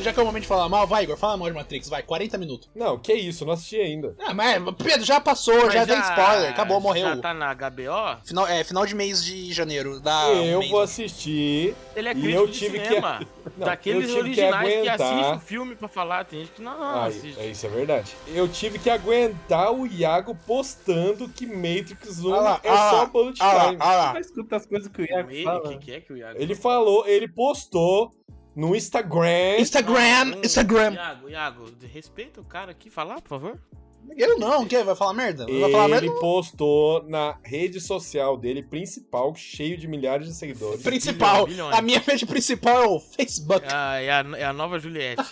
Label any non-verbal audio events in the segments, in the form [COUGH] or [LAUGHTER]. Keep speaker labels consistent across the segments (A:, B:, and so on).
A: Já que é o momento de falar mal, vai, Igor, fala mal de Matrix, vai, 40 minutos.
B: Não, que isso, não assisti ainda.
A: Ah, mas Pedro já passou, já
C: Hum. Mas
A: tem spoiler, acabou,
C: Já
A: morreu.
C: tá na HBO?
A: Final, é, final de mês de janeiro. Da
B: eu
A: mês.
B: vou assistir.
C: Ele é
B: E
C: crítico
B: eu
C: de
B: tive que-
C: cinema.
B: [LAUGHS] Não, eu
C: Daqueles
B: tive que
C: originais que,
B: aguentar.
C: assistem o filme pra falar. Tem gente que não, não
B: Aí,
C: assiste.
B: é isso, é verdade. Eu tive que aguentar o Iago postando que Matrix 1
A: Ah lá,
B: é
A: ah
B: só
A: lá,
B: bullet
A: Ah lá,
B: time.
A: ah lá.
D: Só escuta as coisas que o
C: O
D: Iago
C: meio,
D: fala.
C: que, que é que o Iago...
B: Ele falou, ele postou no Instagram.
A: Instagram,
C: Não,
A: Instagram.
C: Iago, Iago, respeita o cara aqui. Falar, por favor.
A: Eu não, o quê? Vai falar merda? Vai falar merda?
B: Ele postou na rede social dele principal, cheio de milhares de seguidores.
A: Principal.
C: bilhões.
A: A minha rede principal é o Facebook.
C: Ah, é, a, é a nova Juliette.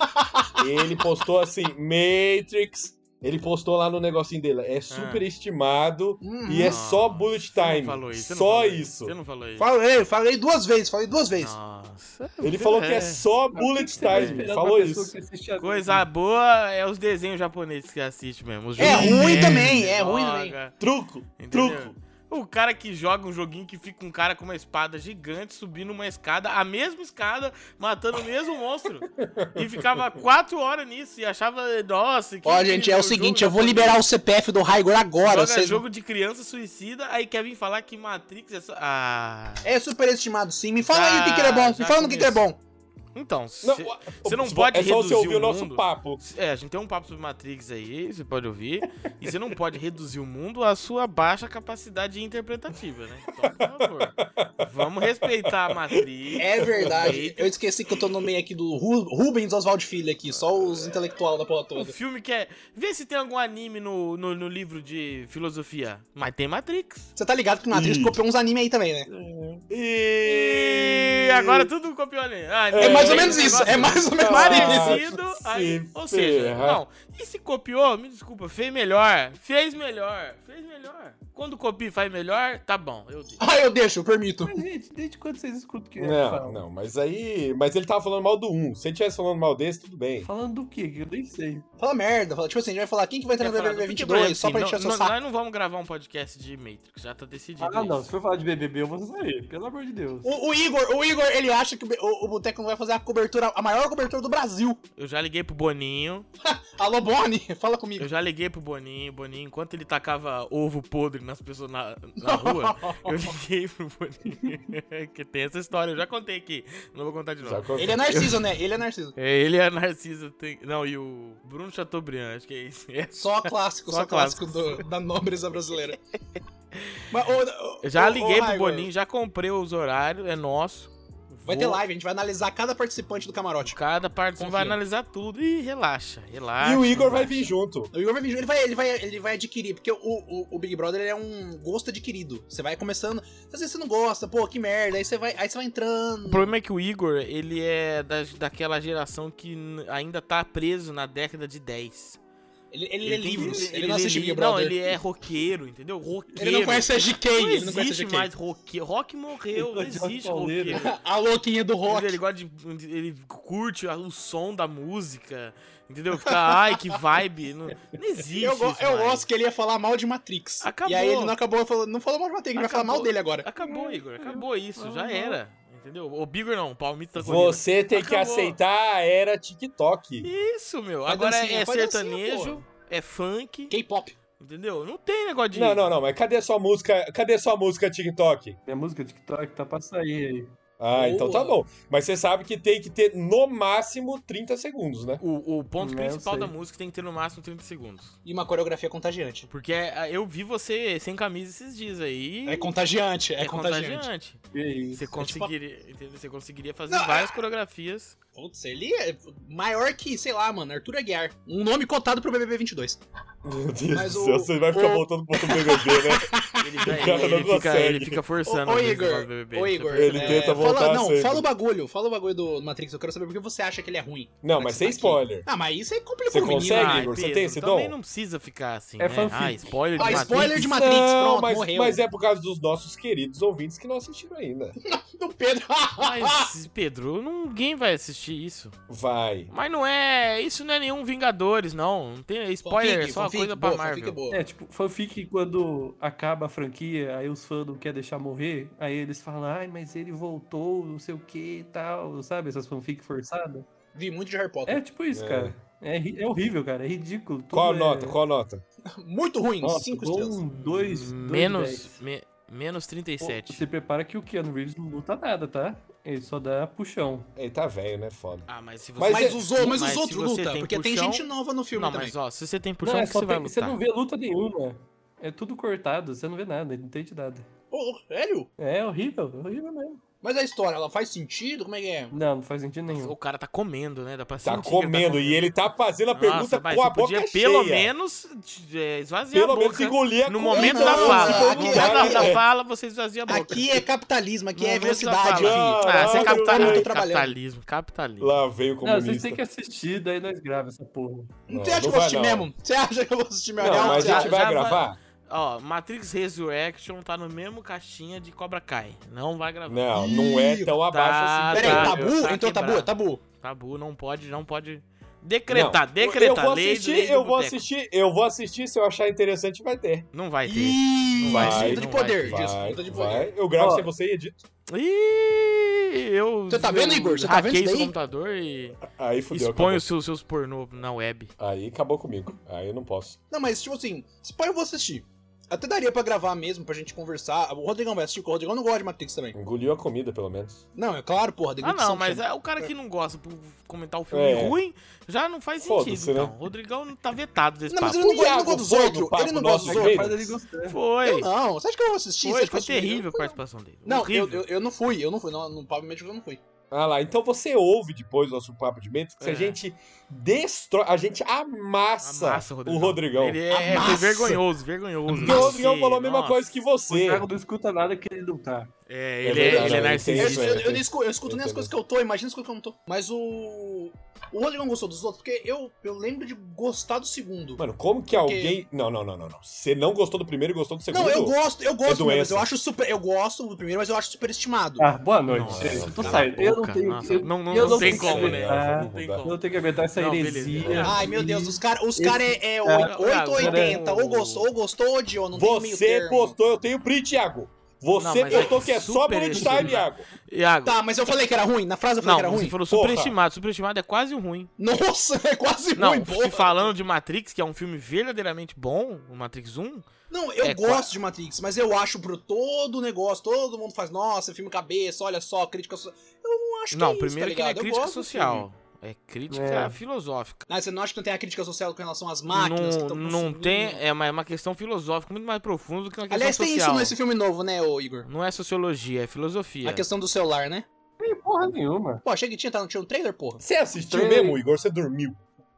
B: Ele postou assim, Matrix. Ele postou lá no negocinho dele, é
C: Ah.
B: superestimado
A: Hum.
B: e é
C: Não,
B: só bullet
C: Você não
B: [LAUGHS] time.
C: falou isso, você não
B: só
C: falou
B: isso.
C: Você não falou isso.
A: Falei, falei duas vezes, falei duas vezes.
C: Nossa.
B: Ele
C: você
B: falou que é só
D: O que
B: bullet
D: você vai
B: time.
D: esperar
B: Ele
D: da
B: falou
D: pessoa
B: isso.
D: que é assiste a-
C: Coisa boa é os desenhos japoneses que assiste mesmo. os
A: É
C: joguinhos
A: ruim
C: que
A: também, é
C: joga,
A: ruim também.
B: Truco,
C: entendeu?
B: truco.
C: O cara que joga um joguinho que fica um cara com uma espada gigante subindo uma escada, a mesma escada, matando o
A: [LAUGHS]
C: mesmo monstro. E ficava quatro horas nisso e achava, nossa, que.
A: Ó, gente, é o
C: incrível,
A: seguinte, eu
C: jogo
A: vou
C: japonês.
A: liberar o CPF do Raigor agora.
C: Joga
A: Vocês...
C: jogo de criança suicida, aí quer vir falar que Matrix é só. Ah.
A: É superestimado, sim. Me fala aí o que, que ele é
C: Ah,
A: bom. Me
C: já
A: fala no que, que ele é bom.
C: Então,
B: Não,
C: se-
B: o-
C: não
B: o-
C: pode
B: É só você
C: reduzir
B: ouvir
C: o
B: o nosso
C: mundo.
B: papo.
C: É, a gente tem um papo sobre Matrix aí, você pode ouvir. E você não pode reduzir o mundo à sua baixa capacidade interpretativa, né? Então, por favor, vamos respeitar a Matrix.
A: É verdade.
C: Eita.
A: Eu esqueci que eu tô no meio aqui do Ru- Rubens Oswald Filho aqui, só os intelectual da porra
C: Um
A: toda.
C: filme que é. Vê se tem algum anime no, no, no livro de filosofia. Mas tem Matrix.
A: Você tá ligado que o Matrix
B: Ih.
A: copiou uns anime aí também, né?
C: E agora tudo copiou ali. Ah,
A: É, mais ou
C: tem
A: menos
C: um
A: isso, é
C: negócio
A: mais ou menos isso.
C: Parecido.
B: se
C: aí- ou seja,
B: ferrar.
C: não. E se copiou, me desculpa, fez melhor. Fez melhor. Fez melhor. Quando copia e faz melhor, tá bom. Eu digo.
A: Ah, eu deixo, eu permito.
D: Mas, gente, desde quando vocês escutam o que o Iago
B: Não,
D: fala?
B: não, mas aí. Mas ele tava falando mal do 1. Se ele tivesse falando mal desse, tudo bem.
D: Falando do quê? Que eu nem sei.
A: Fala merda, fala, tipo assim, a gente vai falar quem que vai entrar no
C: Quer falar do
A: BBB
C: que, por
A: 22
C: exemplo,
A: só pra
C: assim,
A: encher
C: não-
A: seu
C: não-
A: saco.
C: Nós não vamos gravar um podcast de Matrix, já tá decidido.
D: Ah, não.
C: isso.
D: Se for falar de BBB, eu vou sair. Pelo amor de Deus.
A: O, o Igor, o Igor, ele acha que o, o, o Boteco não vai fazer a cobertura, a maior cobertura do Brasil.
C: Eu já liguei pro Boninho,
A: Alô, Boni, [LAUGHS] fala comigo.
C: eu já liguei pro Boninho, Boninho, enquanto ele tacava ovo podre nas pessoas na, na rua, eu liguei pro Boninho. [LAUGHS] que tem essa história, eu já contei aqui, não vou contar de novo.
B: Já contou.
A: Ele é narciso, né? Ele é narciso.
C: É, ele é Narciso, tem... não, e o Bruno Chateaubriand, acho que é isso. [LAUGHS] É.
A: Só clássico, só,
C: Só
A: clássico, do- da nobreza
C: [LAUGHS]
A: brasileira. Mas, ô, ô,
C: Eu Já
A: ô,
C: liguei
A: ô,
C: pro
A: Raigor,
C: Boninho, já comprei os horários, é nosso.
A: Vai
C: Vou-
A: ter live, a gente vai analisar cada participante do camarote.
C: Cada parte você vai
A: Confia.
C: analisar tudo e relaxa, relaxa.
B: E o Igor vai
C: relaxa.
B: vir junto.
A: O Igor vai, vir- ele vai, ele vai, ele vai adquirir, porque o, o, o Big Brother ele é um gosto adquirido. Você vai começando, às vezes você não gosta, pô, que merda, aí você vai, aí você vai entrando.
C: O problema é que o Igor, ele é da, daquela geração que n- ainda tá preso na década de 10.
A: Ele, ele lê
C: tem-
A: livros, ele,
C: ele
A: não assiste
C: li-
A: Big
C: Não,
A: Brother.
C: ele é roqueiro, entendeu? Roqueiro.
A: Ele não conhece a GK,
C: Não
A: ele não conhece
C: existe
A: a GK.
C: mais roqueiro. Rock morreu, não
D: Ele é gosta de
C: existe
D: pauleiro.
C: roqueiro.
A: [LAUGHS] A louquinha do
C: Entendeu?
A: rock.
C: Ele gosta de. Ele curte o som da música. Entendeu? Fica, ai, que vibe. Não, não existe.
A: Eu, go-
C: isso
A: eu
C: mais.
A: gosto que ele ia falar mal de Matrix.
C: Acabou.
A: E aí ele não acabou, falando, não falou mal de Matrix, ele vai falar
C: Acabou.
A: mal dele agora.
C: Acabou, Igor. Acabou isso. Já
D: Acabou.
C: era. Entendeu? O Bigor não, o Palmito tá correndo.
B: Você tem que
C: Acabou.
B: aceitar a era TikTok.
C: Isso, meu.
A: Faz
C: Agora
A: dancinha,
C: é
A: faz dancinha,
C: sertanejo, é funk,
A: K-pop.
C: entendeu? Não tem negócio de.
B: Não, não, não, mas cadê sua música? Cadê sua música TikTok?
D: Minha música TikTok tá pra sair aí.
B: Ah,
A: Boa.
B: então tá bom. Mas você sabe que tem que ter no máximo 30 segundos, né?
C: O, o ponto
D: Não,
C: principal
D: eu
C: da
D: sei.
C: música tem que ter no máximo 30 segundos.
A: E uma coreografia contagiante.
C: Porque é- eu vi você sem camisa esses dias aí.
A: É contagiante, é, contagiante.
D: E aí?
C: Você
A: tipo-
C: conseguiria, entendeu? Você conseguiria fazer
A: Não, é-
C: várias coreografias.
A: Putz, ele é maior que, sei lá, mano, Arthur Aguiar. Um nome cotado pro BBB 22.
B: Meu Deus
A: Mas
B: do
A: o-
B: céu, você vai ficar
A: o-
B: voltando pro outro BBB, né?
C: [LAUGHS]
A: [LAUGHS]
C: Ele, já-
B: cara
C: ele-
B: não
C: ele fica,
B: consegue.
C: ele fica forçando.
A: Ô, ô,
C: às vezes,
A: Igor,
C: negócio do BBB,
A: Ô,
C: você
A: Igor,
C: percebe? É,
B: Ele tenta voltar
A: fala, não,
B: sempre.
A: fala o bagulho, fala o bagulho do Matrix. Eu quero saber por que você acha que ele é ruim.
B: Não,
A: Vai
B: mas
A: que
B: sem
A: tá aqui.
B: spoiler.
A: Ah, mas isso aí complicou
B: Você
A: o menino.
B: consegue?
A: Ah,
B: Igor, você tem esse
C: também
B: dom?
C: não precisa ficar assim,
D: É
C: né?
D: fanfic.
C: Ah, spoiler
A: Ah,
C: de Matrix. [LAUGHS]
A: spoiler de Matrix, pronto,
B: mas,
A: morreu.
B: mas é por causa dos nossos queridos ouvintes que não assistiram ainda.
A: Ah, Do Pedro. [LAUGHS]
C: Mas, Pedro, ninguém vai assistir isso.
B: Vai.
C: Mas não é. Isso não é nenhum Vingadores, não. Não tem spoiler, é só uma coisa pra
A: boa,
C: Marvel.
A: fanfic boa.
D: É, tipo, fanfic quando acaba franquia, aí os fãs não querem deixar morrer, aí eles falam, ai, mas ele voltou, não sei o que e tal, sabe? Essas fanfic forçadas.
A: Vi muito de Harry Potter.
D: É tipo isso,
B: É.
D: cara. É, ri- é horrível, cara. É ridículo. tudo
B: Qual a
D: é-
B: nota? Qual a nota?
A: Muito ruim,
D: Nossa,
A: cinco
D: dou
A: estrelas.
D: Um, dois, dois,
C: Menos,
D: dez.
C: me- menos
D: Pô,
C: 37.
D: Se prepara que o Keanu Reeves não luta nada, tá? Ele só dá puxão.
B: Ele tá velho, né? Foda.
C: Ah, mas se você.
A: Mas,
B: Mas é-
A: os, outros- mas
C: mas
A: os
C: se
A: outros
C: você
A: luta,
C: tem
A: porque tem
C: puxão-
A: gente nova no filme
C: não,
A: também.
C: mas ó, se você tem
D: não,
C: puxão,
D: é
C: um que
D: só
C: você vai
D: tem- você
C: lutar.
D: não vê luta nenhuma. É tudo cortado, você não vê nada, ele não entende nada.
A: Ô, ô, sério?
D: É horrível, horrível mesmo.
A: Mas a história, ela faz sentido? Como é que é?
D: Não, não faz sentido nenhum.
C: O cara tá comendo, né? Dá pra
B: Tá
C: sentir que
B: comendo e ele tá fazendo a pergunta
C: mas
B: com a
C: você
B: boca é
C: podia
B: cheia.
C: pelo menos é, esvaziar
B: Pelo
C: a
B: menos
C: boca.
B: engolir a
C: No
B: comida,
C: momento
A: Não,
C: da
B: se for
C: fala.
A: cara,
C: No
B: no
C: momento
A: cara,
B: lugar,
C: da
B: é.
C: fala, você esvazia a boca.
A: Aqui é capitalismo, aqui
C: No
A: é
C: momento da
A: velocidade,
C: fala.
A: filho.
B: filho.
C: Ah, você é
B: Caralho, tá
C: capitalismo.
B: muito
A: trabalhando.
C: Capitalismo, capitalismo.
B: Lá veio o
D: Não, vocês
B: comunista.
D: têm que assistir, daí nós grava essa porra.
B: Não,
A: Você acha que eu
B: não
A: vou
B: vai,
A: assistir
B: não.
A: mesmo? Você acha que eu vou assistir mesmo?
B: Não,
A: Não,
B: mas
A: você
B: a
A: acha?
B: gente
C: já- já
B: vai
C: vai-
B: gravar?
C: Ó, Matrix Resurrection tá no mesmo caixinha de Cobra Kai. Não vai gravar.
B: Não, não é
A: Ih,
B: tão abaixo assim.
A: Peraí,
C: tá,
B: cara.
C: eu-
A: tabu?
C: tá
A: Entrou tabu? É
C: quebrado.
A: tabu.
C: Tabu, não pode, não pode. Decretar,
B: Não,
C: decretar.
B: Eu vou
C: lei do-
B: assistir,
C: lei do
B: eu vou
C: boteco.
B: assistir, eu vou assistir, se eu achar interessante vai ter.
C: Não vai ter.
A: Ih,
C: Não vai,
A: disputa de
C: não vai,
A: poder,
B: Vai,
A: disputa de poder.
B: vai. Eu gravo
D: Ó.
B: sem você e edito.
C: Ih, eu.
A: Você tá vendo,
C: eu
A: Igor? Você tá vendo
C: hackei
A: isso
C: seu
A: daí?
C: computador e
B: Aí fudeu. Ah,
C: expõe
B: acabou.
C: os seus, seus pornô na web.
B: Aí acabou comigo. Aí eu não posso.
A: Não, mas tipo assim, se pá, eu vou assistir. Até daria pra gravar mesmo, pra gente conversar. O Rodrigão vai assistir, porque o Rodrigão não gosta de Matrix também.
B: Engoliu a comida, pelo menos.
A: Não, é claro, porra,
C: Ah,
A: Rodrigão.
C: não, mas é, o cara que não gosta por comentar o filme
B: É.
C: ruim já não faz
B: Foda-se,
C: sentido, então.
B: né?
C: Rodrigão não tá vetado desse
A: Não, mas
C: papo.
A: ele não gosta ele não
B: Iago
A: gosta dos
B: foi no
A: outros.
B: papo
A: Ele não
B: nosso
A: gosta dos
B: aqui.
A: outros.
D: Faz ele gostar.
A: Eu
C: Foi.
A: não. Você acha que eu vou assistir? Você
C: é Foi,
A: acha que eu
C: foi
A: assistiria?
C: terrível a
A: Não,
C: participação dele.
A: Não, eu,
C: Horrível.
A: eu, eu não fui, eu não fui. Não, no Pablo Médico eu não fui.
B: Ah lá, então você ouve depois o nosso papo de Matrix, que
C: É.
B: a gente destrói, a gente amassa,
C: Amassa
B: o Rodrigão.
C: Ele é,
A: Amassa.
C: foi vergonhoso, vergonhoso.
B: Porque o Rodrigão
C: Sim,
B: falou a mesma
C: nossa.
B: coisa que
D: O
B: você.
D: Thiago não escuta nada que ele não tá.
C: É,
B: É
C: ele é,
B: verdade,
C: ele é
B: eu
A: Eu,
B: Isso,
A: eu,
B: entendo.
C: narcisista.
B: é.
A: eu nem escuto, eu escuto nem as
B: Entendeu?
A: coisas que eu tô, imagina as coisas que eu não tô. Mas o. O Rodrigão gostou dos outros, porque eu, eu lembro de gostar do segundo.
B: Mano, como que alguém... Não, não, não, não, não. Você não gostou do primeiro e gostou do segundo?
A: Não, eu gosto, eu gosto, mas
B: É doença.
A: eu acho super. Eu gosto do primeiro, mas eu acho superestimado.
D: Ah, boa noite.
C: Nossa,
D: gente. eu tô
C: cala a
D: saindo. Eu não
C: boca,
D: tenho.
C: nossa.
D: eu-
C: Não, não,
D: eu
C: não tem
D: tenho que
C: como, né?
D: aguentar-
B: Não tem
D: Eu não tenho que aguentar essa
C: Não, beleza.
D: heresia.
A: Ai, meu Deus, os caras os
D: Esse-
A: cara é, é o-
D: Ah,
A: 880,
C: agora-
A: ou gostou, ou gostou, ou odiou, não tem meio
B: Você
A: termo.
B: postou, eu tenho print, Iago.
C: Não,
B: Você
C: mas é
B: postou que é só
C: super
B: bullet time,
C: estimado.
B: Iago.
C: Iago.
A: Tá, mas eu falei que era ruim, na frase eu falei
C: Não,
A: que era
C: você
A: ruim.
C: falou
B: é Porra.
C: superestimado. Superestimado é quase ruim.
A: Nossa, é [LAUGHS] quase
C: Não,
A: ruim,
C: se
A: porra.
C: falando de Matrix, que é um filme verdadeiramente bom, o Matrix 1,
A: Não, eu
C: É,
A: gosto
C: qua-
A: de Matrix, mas eu acho pro todo o negócio, todo mundo faz, nossa, filme cabeça, olha só, crítica social. Eu não acho
C: não,
A: que é
C: primeiro
A: isso,
C: que
A: tá
C: não é
A: ligado? Eu
C: crítica
A: gosto do filme.
C: social. É crítica
D: É.
C: filosófica.
A: Ah, você não acha que não tem a crítica social com relação às máquinas que
C: não
A: estão
C: não tem. É uma, é uma questão filosófica muito mais profunda do que uma questão
A: Aliás, tem isso
C: social.
A: nesse filme novo, né, ô Igor?
C: Não é sociologia, é filosofia.
A: A questão do celular, né?
D: Tem porra nenhuma.
A: Pô, achei que tinha, tá? Não tinha um trailer, porra?
B: Você assistiu
D: Tem.
B: mesmo, Igor? Você dormiu.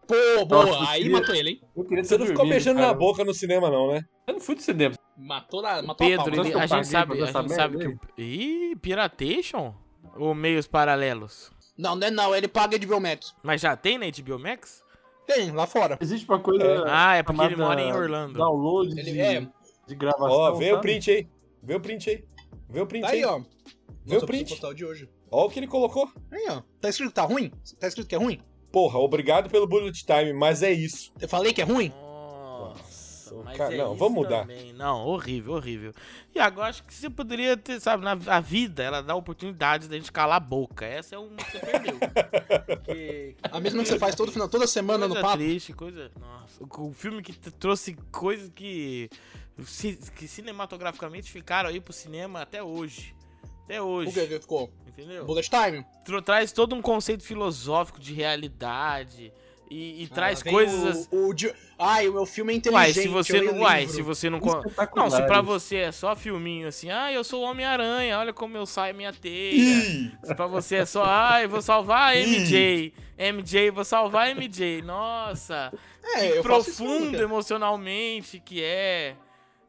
A: Pô, boa,
D: Nossa,
A: aí
D: que-
A: matou ele, hein?
D: Eu queria
B: Você
D: ter
B: não ficou
D: dormido,
B: beijando
D: cara.
B: na boca no cinema, não, né?
D: Eu não fui do cinema.
A: Matou, na, matou a
C: Pedro,
A: pau.
D: Sabe
C: ele-
D: que eu
C: a
D: paguei
C: gente sabe,
D: pra ver
C: a
D: essa
C: gente sabe que.
D: merda
C: o- Ih, Piratation? Ou meios paralelos?
A: Não, não é não, ele paga de Biometros.
C: Mas já tem na HBO Max?
A: Tem, lá fora.
D: Existe uma coisa.
C: Ah, é porque ele
D: chamada
C: mora em Orlando.
D: Download
A: Ele
D: de,
A: é.
D: de gravação.
B: Ó,
C: tá
B: vê o
D: sabe?
B: print aí. Vê o print aí. Vê o print
A: Tá
B: aí.
A: aí, ó.
B: Vê
A: eu
B: o
A: preciso
B: print.
A: postar o de hoje.
B: Ó o que ele colocou.
A: Aí, ó. Tá escrito que tá ruim? Tá escrito que é ruim?
B: Porra, obrigado pelo bullet time, mas é isso.
A: Eu falei que é ruim?
C: Nossa,
B: Nossa,
C: mas
B: cara,
C: é
B: não,
C: isso
B: vamos mudar.
C: também. Não, horrível, horrível. E agora acho que você poderia ter, sabe, na a vida, ela dá oportunidades da gente calar a boca. Essa é uma que você
A: [LAUGHS]
C: perdeu. que,
A: A mesma que você faz todo final, toda semana no
C: coisa
A: papo.
C: triste, coisa. Nossa, o, o filme que t- trouxe coisas que, ci- que cinematograficamente ficaram aí pro cinema até hoje. Até hoje.
A: O que que ficou?
C: Entendeu?
A: Bullet Time?
C: Tra- Traz todo um conceito filosófico de realidade e, e traz
A: Ah, vem
C: coisas.
A: O, o de... Ai, o meu filme é inteligente.
C: Uai, se você
A: eu leio
C: não. Uai,
A: livro.
C: se você não. con-
D: Espetacular
C: Não, se pra
D: isso.
C: você é só filminho assim, ah, eu sou o Homem-Aranha, olha como eu saio minha teia.
B: Ih,
C: se pra você é só, ah, eu vou salvar a
B: Ih.
C: MJ. MJ, vou salvar a MJ. Nossa,
A: [LAUGHS] É,
C: que
A: eu faço isso,
C: profundo
A: cara.
C: emocionalmente que é.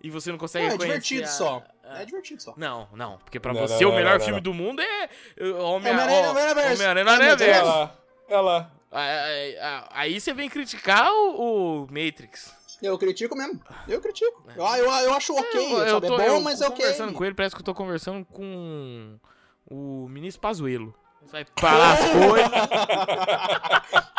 C: E você não consegue
A: Não, é
C: reconhecer
A: divertido
C: a-
A: só.
C: a-
A: É divertido só.
C: Não, não, porque pra
B: Não,
C: você
B: não,
C: o
B: não,
C: melhor
B: não,
C: filme
B: não.
C: do mundo é é,
A: Homem-Aranha É no
C: Homem-Aranha
A: Aranha-Verso.
C: Homem-Aranha no Aranha-Verso.
B: olha é lá. Olha lá.
C: Aí- aí- Aí você vem criticar o, o Matrix.
A: Eu critico mesmo. Eu critico.
C: É.
A: Ah, eu, eu acho ok, sabe? é bom, mas é ok.
C: conversando com ele, parece que eu tô conversando com o ministro Pazuello. Vai
A: [LAUGHS]
C: falar as coisas.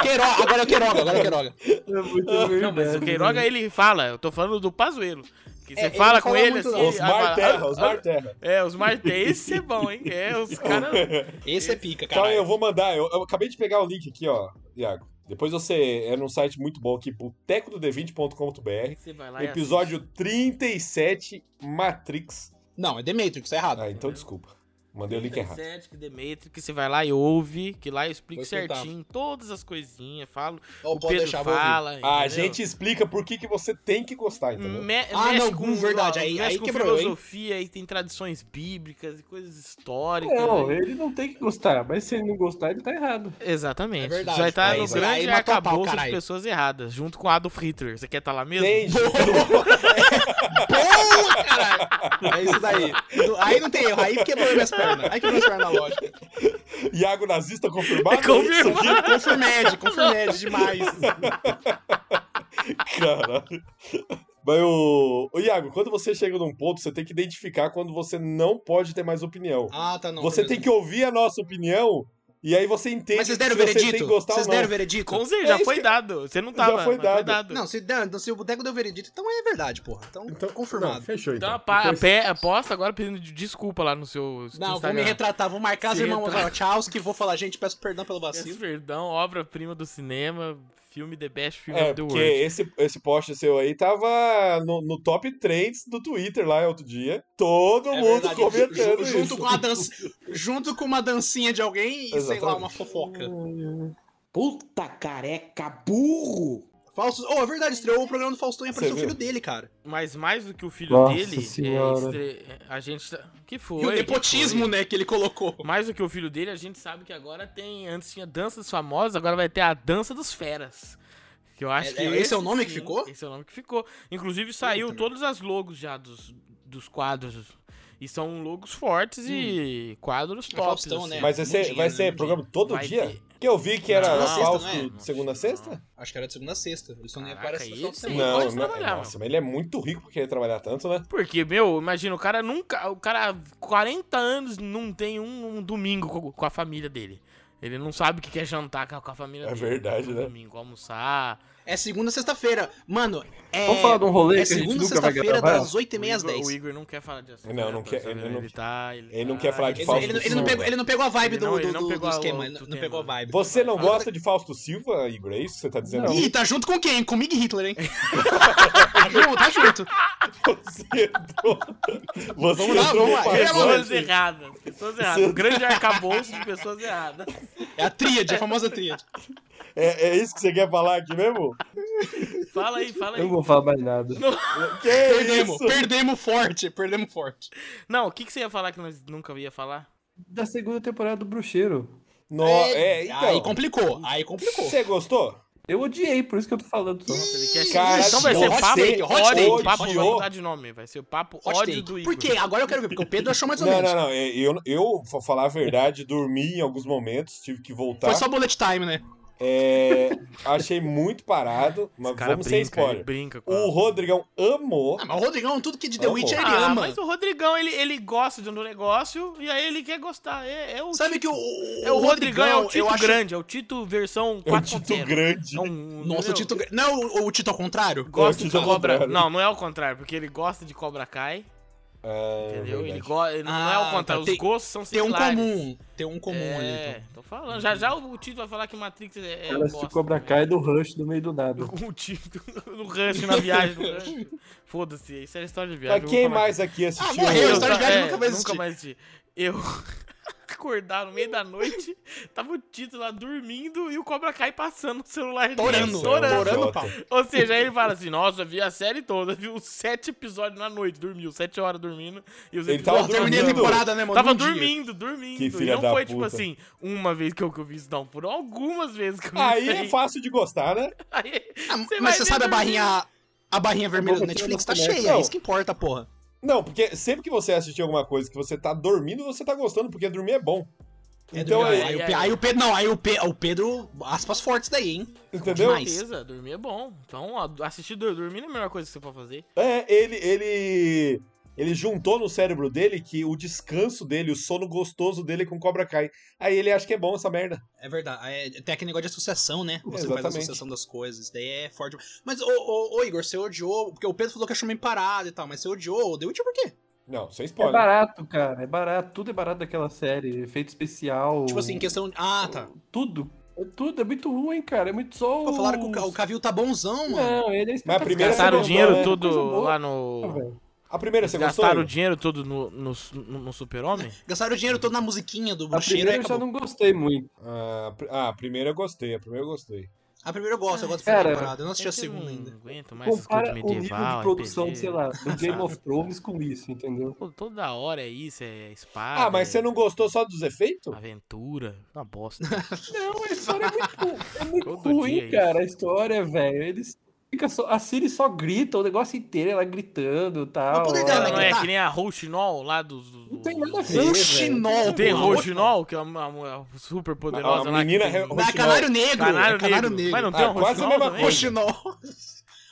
A: Queiroga, agora é o Queiroga, agora é o Queiroga.
D: É muito
C: Ah, Não, mas o
D: verdade,
C: Queiroga,
D: né?
C: ele fala, eu tô falando do Pazuello. Que
A: É,
C: você
A: ele
C: fala
A: não
C: com
A: fala
C: ele
A: muito,
C: assim.
A: não.
C: aí
B: Osmar
C: fala,
B: Terra,
C: "Ah,
B: Osmar Terra.
C: ah", É, os
B: [LAUGHS]
C: martéis, esse é bom, hein? É, os
B: ah,
C: caras.
A: [LAUGHS] Esse é pica,
B: Então
A: cara.
B: eu vou mandar, eu, eu acabei de pegar o link aqui, ó, Iago. Depois você é num site muito bom aqui, botecodod20.com.br.
C: Você vai lá e
B: Episódio 37 Matrix.
A: Não, é Demetrix, tá errado.
B: Ah, então desculpa. Mandei o link errado.
C: que Demetri, que você vai lá e ouve, que lá eu explico
A: Vou escutar.
C: certinho todas as coisinhas, falo.
A: Ou
C: o
A: pode
C: Pedro
A: deixar, vou ouvir.
C: fala.
B: A
C: entendeu?
B: Ah, gente explica por que, que você tem que gostar, entendeu?
C: Me
A: Ah,
C: mexe
A: não,
C: com,
A: hum, verdade,
C: ó,
A: aí-
C: mexe
A: aí
C: com
A: quebrou, hein?
C: filosofia, aí tem tradições bíblicas e coisas históricas.
B: É,
D: Não,
C: né?
D: ele não tem que gostar, mas se ele não gostar, ele tá errado.
C: Exatamente.
A: É verdade.
C: Você vai estar
A: Aí-
C: no
A: aí
C: grande
A: matou a pau,
C: acabouço de
A: caralho.
C: pessoas erradas, junto com Adolf Hitler. Você quer estar lá mesmo?
B: Tem,
A: Boa, caralho! É isso daí. Do- Aí não tem erro, aí quebrou minhas pernas. Aí quebrou minhas pernas na lógica.
B: [LAUGHS] Iago nazista confirmado?
C: É confirmado.
B: Isso
A: Confirmed,
B: aqui?
A: confirmed demais.
B: Caralho. [LAUGHS] Mas o... o Iago, quando você chega num ponto, você tem que identificar quando você não pode ter mais opinião.
A: Ah, tá, não.
B: você
A: beleza.
B: tem que ouvir a nossa opinião e aí você entende
A: Mas vocês deram o
B: se você tem que
A: veredito?
B: gostar
A: Vocês
B: ou não.
A: deram o veredito?
C: Com certeza,
B: É
C: já
B: isso
C: foi
B: que-
C: dado. Você não
B: Já
C: tava,
B: foi
C: mas foi
B: dado.
C: dado.
A: Não, se, não, se o boteco deu veredito, então é verdade, porra. Então,
B: não,
A: confirmado.
B: fechou
C: Então,
B: então.
C: apa-
B: Depois-
C: pé- aposta agora pedindo de- desculpa lá no seu seu
A: Não, vou
C: Instagram.
A: me retratar, vou marcar as
C: Se
A: irmãs
C: retrata.
A: agora. Tchau, que vou falar, gente, peço perdão pelo
C: Esse
A: vacilo.
C: Verdão, obra-prima do cinema, filme The Best Film
B: É,
C: of the
B: porque
C: World.
B: esse, esse post seu aí tava no, no top trends do Twitter lá outro dia. Todo
A: É
B: mundo
A: verdade,
B: comentando
A: ju-
B: isso.
A: junto, com a dança, junto com uma dancinha de alguém e, sei lá, uma fofoca.
E: Puta careca burro!
A: Falso... Oh, é verdade, estreou o programa do Faustão e
B: Você
A: apareceu o
B: viu?
A: filho dele, cara.
C: Mas mais do que o filho
D: Nossa
C: dele, é
D: Senhora.
C: estre- a gente tá... Que foi?
A: e o
C: Que
A: nepotismo,
C: foi?
A: né, que ele colocou.
C: Mais do que o filho dele, a gente sabe que agora tem... Antes tinha danças famosas, agora vai ter a dança dos feras. Que eu acho
A: É-
C: que
A: é- esse é o nome que
C: sim,
A: ficou?
C: Esse é o nome que ficou. Inclusive saiu
A: Puta,
C: todas as logos já dos, dos quadros. E são logos fortes e quadros tops.
A: Hum. Faustão,
C: assim.
A: né?
B: Mas vai ser,
A: Bom dia,
B: vai
A: né?
B: ser
A: Bom
B: programa todo
C: Vai
B: dia?
C: ter.
B: Porque eu vi que era
A: Segunda a sexta,
B: falso
A: não é?
B: de segunda a sexta?
A: Acho que era de segunda a sexta. Ele só não
C: Caraca,
A: aparece
C: aí
A: só no
C: sim.
A: sábado.
B: Não,
C: pode
B: não,
C: trabalhar,
B: nossa, mas ele é muito rico por querer trabalhar tanto, né?
C: Porque, meu, imagina, o cara nunca. O cara, 40 anos, não tem um, um domingo com, com a família dele. Ele não sabe o que que é jantar com a- com a família
B: É
C: dele.
B: verdade,
C: Um
B: né?
C: Domingo, almoçar.
A: É segunda a sexta-feira. Mano, é.
D: Vamos falar de um rolê
A: é
D: que a gente
A: segunda a
D: nunca vai
A: sexta-feira
D: gravar?
A: das 8h30 às
C: O Igor-
A: 10.
C: O Igor não quer falar de assunto.
B: Não, não
C: aleatório,
B: quer-
C: sabe?
B: ele não-
C: tá, ele,
B: ele não
C: tá,
B: quer falar de
A: Ele,
B: Fausto
A: ele não- ele não
B: Silva.
A: pegou, ele não pegou a vibe
C: Ele
A: do,
C: não-
A: do,
C: ele não
A: do- do
C: pegou a-
A: esquema.
C: o-
A: ele não
C: do
A: pegou a
C: tema.
A: vibe.
B: Você não
A: Fala-
B: gosta de Fausto Silva, Igor? É isso que você tá dizendo?
D: Não.
B: aí?
A: Ih, tá junto com quem? Comigo e Hitler, hein? [LAUGHS] tá junto, tá junto.
B: [LAUGHS] Você entrou, você
A: Vamos lá,
B: entrou
A: vamos
B: no
A: lá.
C: Pessoas
B: pacote.
C: erradas. Pessoas erradas. Um grande arcabouço de pessoas erradas.
A: É a tríade, a famosa tríade.
B: É, é isso que você quer falar aqui mesmo?
C: Fala aí, fala
D: Eu não
C: aí.
D: vou falar mais nada.
B: Que
A: [LAUGHS] Perdemos,
B: É isso?
A: perdemos forte, perdemos forte.
C: Não, o que, que você ia falar que nós nunca ia falar?
D: Da segunda temporada do Bruxeiro.
B: No, é,
A: Aí
B: então.
A: complicou, aí complicou.
B: Você gostou?
D: eu odiei, por isso que eu tô falando só.
C: Ele quer
B: Cara,
C: então vai ser
B: hot
C: papo
B: take, hot
C: ódio.
B: take,
C: Papo
B: hot
C: vai
B: take.
C: mudar de nome. Vai ser o papo
A: Hot
C: ódio
A: take.
C: do Igor.
A: Por quê? Agora eu quero ver, porque o Pedro achou mais ou
B: Não,
A: menos.
B: não, não. é, Eu, eu, vou falar a verdade, dormi em alguns momentos, tive que voltar.
A: Foi só bullet time, né?
B: É, achei muito parado, mas
C: O cara
B: vamos sem
C: brinca, ele
B: spoiler.
C: brinca com
D: Ah.
B: O Rodrigão amou.
A: Ah, mas o Rodrigão, tudo que de The
B: Amor.
A: Witcher ele
C: Ah,
A: ama.
C: mas o Rodrigão, ele, ele gosta de um negócio e aí ele quer gostar. É, é o,
A: Sabe que o,
C: é o Rodrigão, é o
A: eu
C: Tito
A: acho-
C: grande, é o Tito versão
B: É um título
C: 4.0.
B: grande.
C: É um-
A: Nossa,
C: entendeu?
A: o Tito Grande. Não, é o, o Tito ao contrário?
B: É o
C: gosta de
B: Tito ao
C: Cobra.
B: contrário.
C: Não, não é o contrário, porque ele gosta de Cobra Kai,
B: É,
C: entendeu?
B: verdade.
C: Ele go... ele Não é
A: Ah,
C: o contrário,
A: tá.
C: os gostos são
A: Tem um
C: similares.
A: comum. Tem um comum ali.
C: É,
A: então.
C: tô falando. Já já o Tito vai falar que Matrix é, é
D: Ela se
C: bosta.
D: Cobra Kai do Rush do meio do nada.
C: [LAUGHS] O Tito no rancho, na viagem do
D: [LAUGHS]
C: rancho. Foda-se, isso é história de viagem.
B: Pra
C: eu vou
B: quem
C: falar
B: mais aqui assistiu?
A: Ah, morreu,
C: Eu
A: história de
C: ta-
A: viagem nunca vai
C: Nunca
A: existir.
C: mais assisti. Eu [LAUGHS] acordar no meio da noite, tava o Tito lá dormindo e o Cobra Kai passando no celular dele.
A: Torando.
C: Torando.
A: Torando,
B: Jota.
A: pau.
C: Ou seja, aí ele fala assim, nossa, vi a série toda, vi os sete episódios na noite, dormiu, sete horas dormindo. E os
B: Ele tava
A: Pô,
C: episódios-
A: terminei a
B: dormindo.
A: temporada, né, mano?
C: Tava
A: Num dia.
C: dormindo, dormindo.
B: Que
C: e
B: filha
C: não
B: da
C: foi, tipo
B: puta.
C: assim, uma vez que eu, que eu vi isso, não. Foram algumas vezes que eu vi
B: Aí
C: isso
B: é fácil de gostar, né?
C: [LAUGHS] Aí- é
A: Ah,
C: Você vai
A: mas você
C: ver
A: sabe a
C: dormindo.
A: barrinha. A barrinha vermelha do Netflix tá cheia, é
B: Não.
A: isso que importa, porra.
B: Não, porque sempre que você assistir alguma coisa que você tá dormindo, você tá gostando, porque dormir é bom.
A: É
B: então,
A: do-
C: dormir,
B: aí,
A: aí,
C: é,
A: o
C: é,
A: Pe-
C: é.
A: aí o Pedro. Não, aí o, Pe- o Pedro. Aspas fortes daí, hein?
B: entendeu?
A: demais.
C: Beleza, é dormir é bom. Então, ó, assistir dor- dormindo é a melhor coisa que você pode fazer.
B: É, ele, ele Ele juntou no cérebro dele que o descanso dele, o sono gostoso dele é com Cobra Kai. Aí ele acha que é bom essa merda.
A: É verdade. É, tem aquele negócio de associação, né? Você faz
B: Exatamente.
A: a associação das coisas. Isso daí é forte. Mas, ô, ô, ô, Igor, você odiou. Porque o Pedro falou que achou meio parado e tal. Mas você odiou The Witcher por quê?
B: Não, sem
D: É
B: spoiler.
D: barato, cara. É barato. Tudo é barato daquela série. Efeito especial.
A: Tipo assim, em questão. de- Ah, tá.
D: Tudo. É Tudo é muito ruim, cara. É muito só.
A: Pô, Tipo, falaram que o
D: os-
A: Ca- o Cavil tá bonzão, mano.
D: Não, ele é
B: Mas a primeira
C: Gastaram o
B: você
C: dinheiro
B: gostou, né?
D: Coisa
C: todo
D: boa,
C: lá no.
D: velho.
B: A primeira, você gostou?
C: Gastaram o
B: Igor?
C: dinheiro todo no, no, no- no Super-Homem?
A: Gastaram o dinheiro todo na musiquinha do
D: A
A: bruxeiro.
D: primeira
A: aí
D: eu já
A: acabou.
D: não gostei muito.
B: Ah, pr- ah, a primeira eu gostei, a primeira eu gostei.
A: A primeira eu gosto, eu gosto da
D: Cara,
A: primeira temporada. Eu não assisti a
C: É que eu
A: segunda
C: não
A: ainda.
C: aguento mais essas
D: Compara
C: coisas
D: o nível de
C: medieval,
D: produção,
C: RPG.
D: sei lá, do Game of Thrones com isso, entendeu?
C: Pô, toda hora é isso, é espada.
B: Ah, mas você
C: é
B: não gostou só dos efeitos?
C: Aventura, uma bosta.
D: Não, a história é
C: [LAUGHS]
D: muito, é muito
C: Todo dia é
D: ruim,
C: isso.
D: cara. A história, velho. Eles fica só, a Siri só grita o negócio inteiro, ela gritando e tal.
A: poder
D: ó.
A: dela,
C: não
A: né,
C: é
A: tá.
C: que nem a Rouxinol lá dos. dos-
D: Não tem nada a
C: dos-
D: ver.
A: Rouxinol.
C: Tem
A: pô.
C: Rouxinol, que é uma, uma super poderosa
B: A
C: lá. que
B: menina
C: tem-
B: re-
A: Não, é Canário Negro.
C: Canário,
A: é Canário
C: negro.
A: Negro.
C: Mas não tem
B: Ah,
C: um
B: quase a
C: Rouxinol
B: mesma
C: também?
A: [LAUGHS]
B: coisa.
A: Roxinol.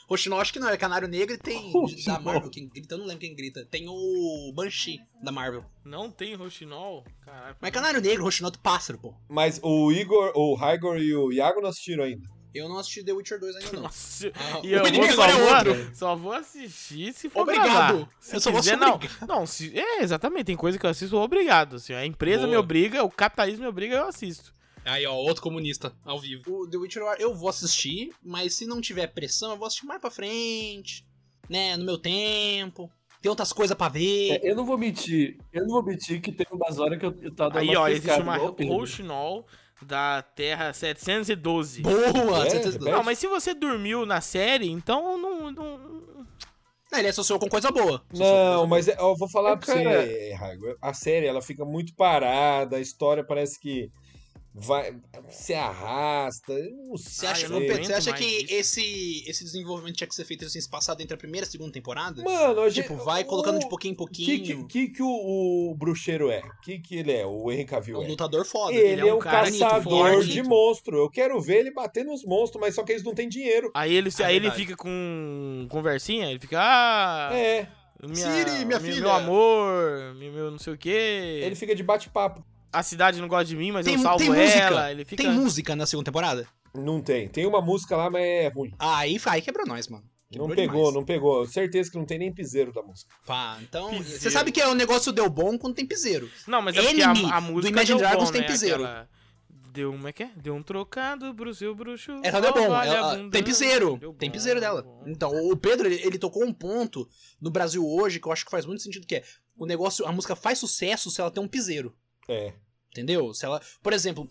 A: Roxinol acho que não, é Canário Negro e
C: [LAUGHS]
A: tem da
D: Roxinol.
A: Marvel, quem grita, eu não lembro quem grita. Tem o Banshee da Marvel.
C: Não tem Rouxinol? Caralho.
A: Mas Canário Negro, Roxinol é do pássaro, pô.
B: Mas o Igor, o Raigor e o Iago não assistiram ainda.
A: Eu não assisti The Witcher 2 ainda não.
C: [LAUGHS] Nossa,
A: Ah,
C: e eu
A: o
C: vou,
A: inimigo
C: só,
A: agora é
C: vou, só vou assistir se for
A: Obrigado.
C: gravar. Se
A: Eu só vou ser
C: quiser, não. Não, se, é, exatamente. Tem coisa que eu assisto obrigado. Assim, a empresa
A: Boa.
C: me obriga, o capitalismo me obriga, eu assisto.
A: Aí, ó, outro comunista, ao vivo. O The Witcher eu vou assistir, mas se não tiver pressão, eu vou assistir mais pra frente, né, no meu tempo. Tem outras coisas pra ver.
D: É, eu não vou mentir, eu não vou mentir que teve umas horas que eu, eu tava dando
C: Aí,
D: umas
C: ó, existe
D: pescadas
C: uma
D: igual o Pedro.
C: Rouxinol da Terra 712.
A: Boa!
B: É,
A: você tá-
B: é.
C: Não, mas se você dormiu na série, então não. não...
A: Ah, ele associou com coisa boa.
B: Não, mas é- eu vou falar
D: É,
B: pra
D: cara.
B: você, Raigor. A série, ela fica muito parada, a história parece que vai, se arrasta. eu não
A: Você
B: sei.
A: acha,
C: Ah, eu não
A: ô, Pedro, você
C: aguento
A: acha
C: mais
A: que
C: isso.
A: esse, esse desenvolvimento tinha que ser feito assim, espaçado entre a primeira e a segunda temporada?
B: Mano, a
A: tipo,
B: gente-
A: vai colocando de
B: o-
A: pouquinho em
B: que,
A: pouquinho.
B: que, que que o, o bruxeiro é? O que, que ele é? O Henry
A: É
B: Cavill
A: um
B: é?
A: lutador foda.
B: Ele, é um
C: cara
A: bonito,
B: caçador
A: forte.
B: de monstro. Eu quero ver ele bater nos monstros, mas só que eles não têm dinheiro.
C: Aí ele,
A: É
C: aí ele
A: verdade.
C: fica com conversinha, ele fica. Ah,
B: É,
C: minha,
A: Siri, minha
C: meu,
A: filha."
C: Meu amor, meu, meu não sei o
A: é.
C: quê.
B: ele fica de bate-papo.
C: A cidade não gosta de mim, mas
A: Tem-
C: eu salvo
A: tem música.
C: ela. Ele fica.
A: Tem música na segunda temporada?
B: Não tem. Tem uma música lá, mas é ruim.
A: Aí, aí quebrou nós, mano.
B: Não
A: Quebrou
B: pegou,
A: demais.
B: não pegou. Certeza que não tem nem piseiro da música.
A: Pá, então.
C: Piseiro.
A: Você sabe que é o negócio deu bom quando tem piseiro.
C: Não, mas é porque a,
A: Enemy,
C: a
A: do
C: música
A: Imagine
C: deu
A: Dragons
C: bom,
A: tem
C: né?
A: piseiro.
C: Aquela- Deu como é que é? Deu um trocado pro seu bruxo.
A: Essa É, tá, deu
C: ó,
A: bom.
C: vale
A: ela-
C: a bunda.
A: tem
C: Deu
A: piseiro. Tem
C: bom,
A: piseiro dela.
C: bom.
A: Então, o Pedro, ele, ele tocou um ponto no Brasil hoje que eu acho que faz muito sentido, que é o negócio, a música faz sucesso se ela tem um piseiro.
B: É.
A: Entendeu? Se ela. Por exemplo,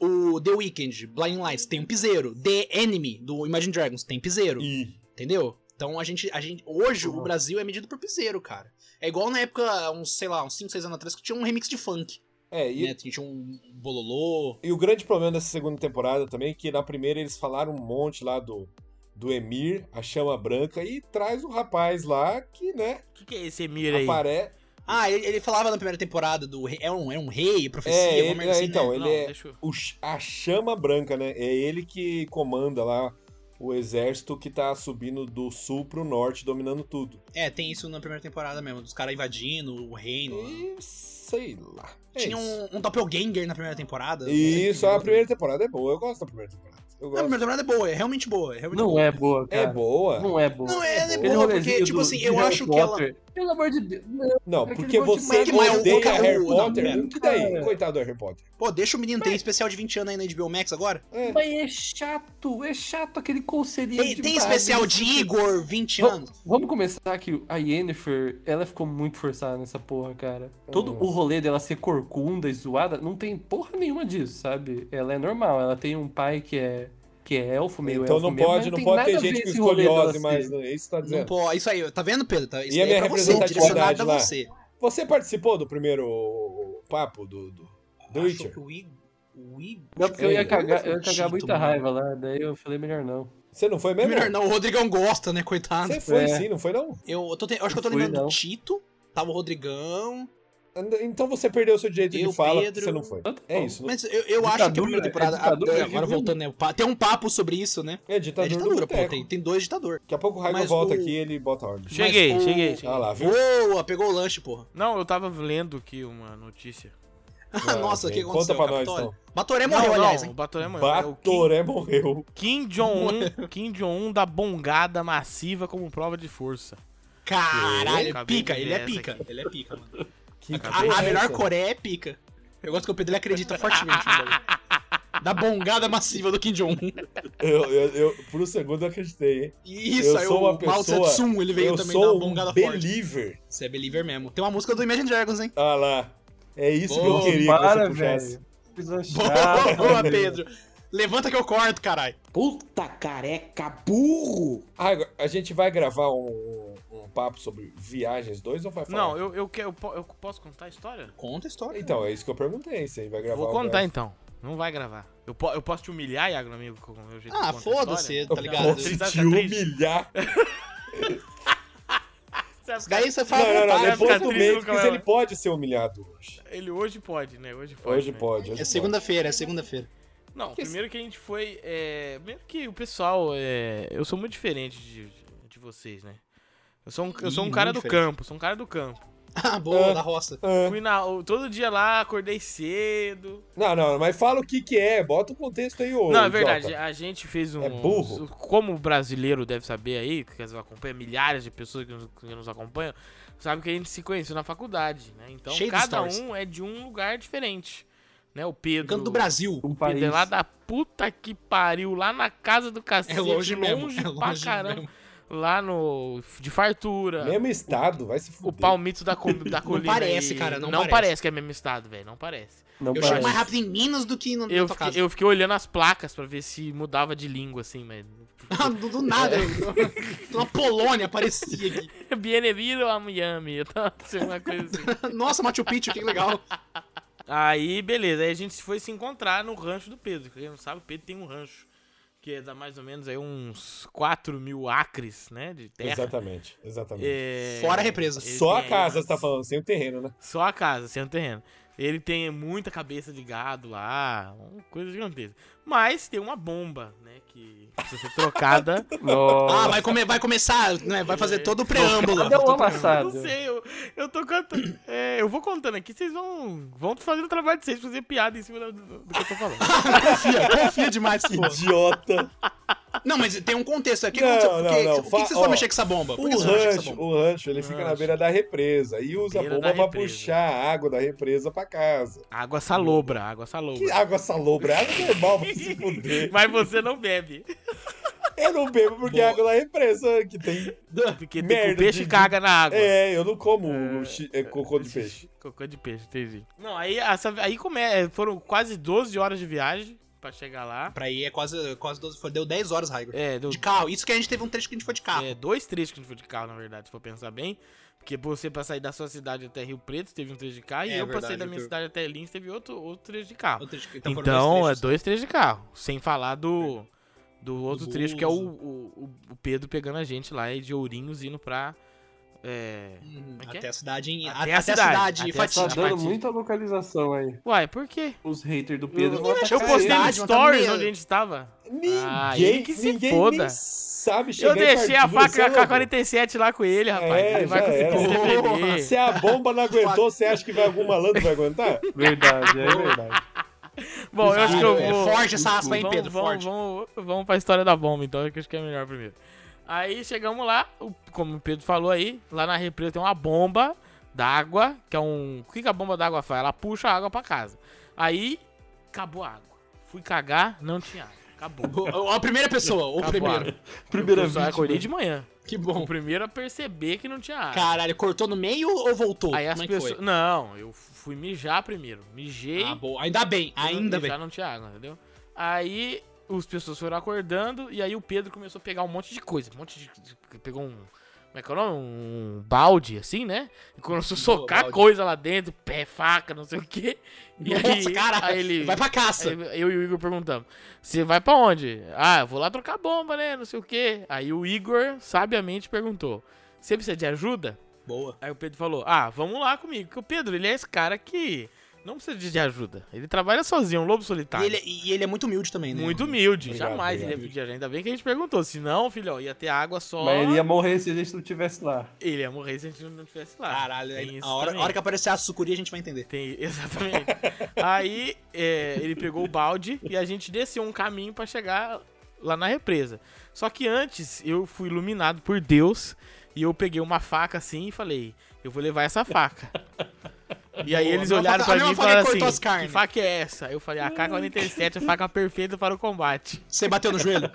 A: o The Weeknd, Blind Lights, tem um piseiro. The Enemy, do Imagine Dragons, tem piseiro.
B: E
A: Entendeu? Então a gente, a gente. Hoje o
D: Uhum.
A: Brasil é medido por piseiro, cara. É igual na época, uns, sei lá, uns 5, 6 anos atrás, que tinha um remix de funk.
B: é e,
A: Né? Tinha um bololô.
B: e o grande problema dessa segunda temporada também é que na primeira eles falaram um monte lá do do Emir, a chama branca e traz o rapaz lá que, né,
C: O que, que é esse Emir aí?
B: aparece.
A: Ah, ele, ele falava na primeira temporada do rei. É um, é um rei, profecia,
B: É,
A: uma
B: ele,
A: merda assim, né?
B: então, ele
C: Não,
B: é
C: deixa eu-
B: o ch- a chama branca, né? É ele que comanda lá o exército que tá subindo do sul pro norte, dominando tudo.
A: É, tem isso na primeira temporada mesmo, dos caras invadindo o reino. lá.
B: E sei lá. É
A: Tinha
B: isso.
A: um, um doppelganger na primeira temporada.
B: Isso, a primeira temporada é boa. Eu gosto da primeira temporada.
A: Não,
B: Eu
A: a
B: gosto.
A: primeira temporada é boa, é realmente boa. É realmente
D: Não
A: boa.
D: é boa,
B: É
D: cara.
B: boa.
D: Não é boa.
A: Não, é, ela é
D: Aquele
A: boa, porque,
D: rolezinho
A: tipo
D: do-
A: assim,
D: de
A: eu
D: Harry
A: acho que ela.
D: Potter. Pelo amor de Deus. não,
B: Não,
D: Aquele
B: porque
D: monte de
B: você
D: mago
A: lá, o
B: odeia
A: Boca-
B: Harry
A: o-
B: Potter.
D: não,
B: que daí?
D: cara.
B: Coitado do Harry Potter.
A: Pô, deixa o menino, tem especial de 20 anos aí na HBO Max agora?
B: É.
D: Mas é chato, é chato aquele conselheiro
A: Tem,
D: de
A: tem
D: mago.
A: especial de Igor, 20
D: Não.
A: anos?
D: Vamos começar que a Yennefer, ela ficou muito forçada nessa porra, cara. Todo
B: Nossa.
D: o rolê dela ser corcunda e zoada, não tem porra nenhuma disso, sabe? Ela é normal, ela tem um pai que é que é elfo, meio
B: então
D: elfo
B: não
D: mesmo, mas
B: pode, não
D: tem
B: pode
D: nada
B: ter
D: a ver
B: gente com
D: esse rolê dela
B: escoliose,
D: ser-
B: mas não é isso que tá
A: Não
B: dizendo.
A: pode. Isso aí, tá vendo, Pedro? Tá- Isso
B: E a
A: daí é
B: minha
A: pra você,
B: representatividade
A: direcionado a
B: lá?
A: você.
B: Você participou do primeiro papo do, do, do
A: Acho
B: Witcher?
A: que o Igor. O Igor.
D: Não, porque eu ia cagar, eu ia cagar
A: Chito,
D: muita
A: mano.
D: raiva lá, daí eu falei melhor não.
B: Você não foi mesmo?
A: Melhor não, o Rodrigão gosta, né, coitado.
B: Você foi
D: É.
B: sim, não foi não?
A: Eu, eu tô te- eu acho que eu tô
D: Não fui,
A: lembrando do
D: não.
A: Tito, tava o Rodrigão,
B: Então você perdeu seu direito
A: Eu,
B: de fala,
A: Pedro-
B: você não foi.
D: Então tá
B: É
D: bom.
B: isso.
A: Mas eu, eu acho que a primeira
D: Ditadura,
A: temporada.
D: é ditadura,
A: agora
D: viu?
A: voltando, né? o pa- Tem um papo sobre isso, né?
B: É
A: É
B: ditador do
A: ditadura, pô.
B: boteco.
A: Tem, tem dois ditador.
B: Daqui a pouco o Raigo
A: Mas
B: volta
A: o-
B: aqui e ele bota a ordem.
C: Cheguei,
A: o-
C: cheguei, cheguei.
B: Ah lá, viu?
A: Boa, pegou o lanche, porra.
C: Não, eu tava lendo aqui uma notícia.
B: Ah,
A: [LAUGHS] Nossa, o que
B: bem.
A: aconteceu?
B: Conta pra nós,
A: Capitólio?
B: então.
A: Batoré
C: não,
A: morreu,
C: não,
A: aliás, hein?
C: o Batoré morreu. É o Kim-
B: Batoré morreu.
C: Kim Jong-un Kim Jong dá bongada massiva como prova de força.
A: Caralho,
C: Acabei
A: pica,
C: de
A: ele
C: ver
A: é
C: essa
A: pica.
C: aqui.
A: Ele é pica, mano.
B: Que
A: A,
C: Porra,
A: a melhor
B: coisa.
A: Coreia é pica. Eu gosto que o Pedro ele acredita fortemente no bagulho. Da bongada massiva do Kim Jong-un.
B: Eu, eu, eu, por um segundo eu acreditei, hein?
A: E Isso,
B: Eu
A: aí
B: sou
A: o
B: uma
A: Mao
B: pessoa-
A: Tse-Tung, ele veio
B: eu
A: também dar uma
B: sou um
A: bongada forte.
B: believer.
A: Você é believer mesmo. Tem uma música do Imagine Dragons,
B: [LAUGHS]
A: hein?
B: Ah lá. É isso que
A: Pô,
B: eu queria que
D: Para,
B: você puxasse.
D: velho. Coisa
A: Boa,
D: chata.
A: boa, Pedro. Levanta que eu corto, caralho.
E: Puta careca burro!
B: Raigo, Ah, a gente vai gravar um, um papo sobre Viagens 2 ou vai falar?
C: Não, eu, eu, que- eu, po- eu posso contar a história?
A: Conta a história.
B: Então, é isso que eu perguntei. Você vai gravar
C: Vou
B: o
C: contar
B: Viagens-
C: então. Não vai gravar. Eu, po- eu posso te humilhar, Iago, meu amigo, com o meu
A: Ah,
C: jeito de contar a
A: foda-se,
C: história?
A: tá
B: Eu
A: ligado?
C: Vocês
B: posso te
C: acham que é triste? [LAUGHS]
B: humilhar.
C: Você vai ficar-
A: Daí você fala.
B: Não, não, não.
A: vontade.
C: vai
B: Depois
C: ficar
B: do
C: triste
B: meio,
C: nunca
B: porque
C: mais.
B: ele pode ser humilhado hoje.
C: Ele hoje pode, né? Hoje pode.
B: Hoje
C: né?
B: pode. hoje
A: É segunda-feira, é segunda-feira. [LAUGHS]
C: pode. Não, primeiro que a gente foi. É... Primeiro que o pessoal. É... Eu sou muito diferente de, de vocês, né? Eu sou um, eu sou
A: Ih,
C: um cara
A: muito
C: do
A: diferente.
C: campo, sou um cara do campo.
A: Ah, boa,
B: Ah.
A: da roça.
B: pode. Ah,
C: Fui na, todo dia lá, acordei cedo.
B: Não, não, mas fala o que que é. Bota o contexto aí, ô
C: Não, é verdade.
B: idiota.
C: A gente fez um.
B: É burro.
C: Como o brasileiro deve saber aí, que nos acompanha, milhares de pessoas que nos, que nos acompanham, sabe que a gente se conheceu na faculdade, né? Então
A: Cheio de
C: cada
A: stories.
C: um é de um lugar diferente. Né? O Pedro.
A: Canto do Brasil.
D: Um
C: o Pedro
D: país.
C: é lá da puta que pariu, lá na casa do cacete.
A: É longe mesmo. É
C: pra
A: longe
C: caramba.
A: mesmo.
C: Lá no. De fartura.
B: Mesmo estado, vai se
C: O
B: fuder.
C: palmito da, co-
A: [LAUGHS]
C: da colina.
A: parece,
C: aí.
A: cara, não
C: Não
A: parece.
C: parece que é mesmo estado, velho. Não parece.
D: Não
A: Eu
D: parece.
A: chego mais rápido em Minas do que no- na
C: Eu
A: tua
C: fiquei,
A: casa.
C: eu fiquei olhando as placas pra ver se mudava de língua, assim, mas. [LAUGHS]
A: [LAUGHS] Ah, do, do nada.
C: É.
A: eu- [LAUGHS] Uma Polônia aparecia aqui.
C: Bienvenido a Miami, eu tava fazendo uma
A: [LAUGHS]
C: coisa assim.
A: Nossa, Machu Picchu, que legal.
C: Aí, beleza, aí a gente foi se encontrar no rancho do Pedro. Quem não sabe, o Pedro tem um rancho. Que dá mais ou menos aí uns 4 mil acres, né? De terra.
B: Exatamente, exatamente.
C: É,
A: Fora a represa.
C: ele
B: Só a
C: tem-
B: casa você tá falando, sem o terreno, né? [LAUGHS]
C: Só a casa, sem o terreno. Ele tem muita cabeça de gado lá, uma coisa gigantesca. Mas tem uma bomba, né? Que precisa ser trocada.
A: Ah,
D: Nossa.
A: vai, come- vai começar, né? Vai fazer todo o preâmbulo.
D: Cadê o
C: Eu
D: amassado?
C: É. não sei, eu, eu tô cantando. é, eu vou contando aqui, vocês vão, vão fazendo o trabalho de vocês, fazer piada em cima do, do- do que eu tô falando.
A: Confia, confia demais, pô.
B: Idiota.
A: Não, mas tem um contexto aqui. O que
B: Não,
A: aconteceu? Por
B: não,
A: que-
B: não,
A: Por que,
B: fa-
A: vocês foram
B: ó,
A: mexer com essa bomba? Por
B: O
A: que vocês foram mexer com essa
B: rancho,
A: bomba?
B: o rancho, ele fica na
C: Rancho.
B: beira da represa e usa
C: Beira
B: a
C: da
B: bomba pra
C: represa.
B: puxar a água da represa pra casa.
C: Água salobra, água
B: [LAUGHS]
C: salobra.
B: Que água salobra, é água normal pra se fuder.
C: [LAUGHS] Mas você não bebe.
B: Eu não bebo porque é água da represa que tem.
C: Porque tem que o
B: Merda
C: peixe
B: de-
C: caga na água.
B: É, eu não como chi- é, cocô de
C: Esse-
B: peixe.
C: Cocô de peixe, entendi. Não, aí, essa, aí come, é, foram quase 12 horas de viagem pra chegar lá.
A: Pra ir é quase, quase 12. foi- Deu 10 horas, Raigor.
C: É, deu
A: De carro. Isso que a gente teve um trecho que a gente foi de carro.
C: É, dois trechos que a gente foi de carro, na verdade, se for pensar bem. Porque você, pra sair da sua cidade até Rio Preto, teve um trecho de carro. e
A: É
C: eu, pra sair
A: verdade,
C: da minha
A: eu-
C: cidade até Lins, teve outro, outro trecho de carro.
A: O trecho que- foram
C: Então, é
A: trechos.
C: dois trechos de carro. Sem falar do, do outro
A: Do
C: trecho, que é o,
A: Bozo.
C: o, o Pedro pegando a gente lá e de Ourinhos indo pra. É...
A: Uhum,
C: Como é que é?
A: Até a cidade em.
C: Até
A: Até,
C: a
A: a
C: cidade,
A: cidade,
C: até
A: em
C: a
D: Tá
A: Fatia.
C: cidade.
D: dando muita localização aí.
C: Ué, por quê?
D: Os haters do Pedro
B: Eu-
D: vão
A: acho
C: Eu
A: que
D: atacar
C: postei
D: ele.
C: no
A: cidade, mano, tá
C: stories
A: meio-
C: onde a gente tava.
B: Ninguém,
C: Ah, ele que se
B: ninguém
C: foda.
B: nem sabe chegar
C: Eu
B: e
C: deixei a
B: partir
C: faca
B: do celular.
C: K-47 lá com ele, rapaz.
B: É,
C: ele vai
B: já
C: conseguir se
A: era.
C: defender.
B: Se a bomba não aguentou, você acha que vai algum malandro vai
C: [LAUGHS]
B: aguentar?
D: Verdade, é verdade.
C: Bom, eu acho que eu
A: É,
C: vou.
A: Forge essa aspa, hein,
C: vamos,
A: Pedro?
C: vamos,
A: Forge.
C: vamos, vamos pra história da bomba, então, que eu acho que é melhor primeiro. Aí chegamos lá, o- como o Pedro falou aí, lá na represa tem uma bomba d'água, que é um. O que, que a bomba d'água faz? Ela puxa a água pra casa. Aí, acabou a água. Fui cagar, não tinha água. Acabou.
A: O- A primeira pessoa, o
C: Acabou a
A: primeiro. né?
C: água.
D: Primeira
C: eu só
D: vítima.
C: acordei de manhã.
A: Que
C: O
A: bom.
C: primeiro a perceber que não tinha água.
A: Caralho, cortou no meio ou voltou?
C: aí as
A: Como é que
C: pessoas.
A: foi?
C: Não, eu fui mijar primeiro. Mijei.
A: Ah, boa. Ainda bem, ainda
C: já
A: bem.
C: não tinha água, entendeu? Aí os pessoas foram acordando e aí o Pedro começou a pegar um monte de coisa, um monte de de- pegou um como é que é o nome? Um balde, assim, né? E começou a
A: Boa,
C: socar
A: balde.
C: coisa lá dentro, pé, faca, não sei o quê. E
A: Nossa,
C: aí,
A: caralho.
C: aí ele,
A: Vai pra caça.
C: aí eu e o Igor perguntamos: Você vai pra onde? Ah, eu vou lá trocar bomba, né? Não sei o quê. Aí o Igor sabiamente perguntou: Você precisa de ajuda?
A: Boa.
C: Aí o Pedro falou: Ah, vamos lá comigo. Porque o Pedro, ele é esse cara que não precisa de de ajuda. Ele trabalha sozinho, é um lobo solitário.
A: E ele, e ele é muito humilde também, né?
C: Muito humilde,
B: Obrigado,
C: jamais
B: obrigado.
C: ele ia pedir ajuda. Ainda bem que a gente perguntou. Se não, filho, ó, ia ter água só.
D: Mas ele ia morrer se a gente não tivesse lá.
C: Ele ia morrer se a gente não estivesse lá.
A: Caralho,
C: Tem
A: aí,
C: É isso
A: a hora,
C: também.
A: a hora que aparecer a sucuri a gente vai entender.
C: Tem, [LAUGHS] exatamente. Aí é, ele pegou o balde e a gente desceu um caminho pra chegar lá na represa. Só que antes eu fui iluminado por Deus e eu peguei uma faca assim e falei: Eu vou levar essa faca. E aí
A: Boa.
C: eles
A: Uma
C: olharam
A: faca-
C: pra
A: a
C: mim e
A: mesma faca que
C: falaram
A: cortou as
C: assim:
A: carnes.
C: Que faca é essa? Eu falei: A K-47 é a faca perfeita para o combate.
A: Você bateu no joelho?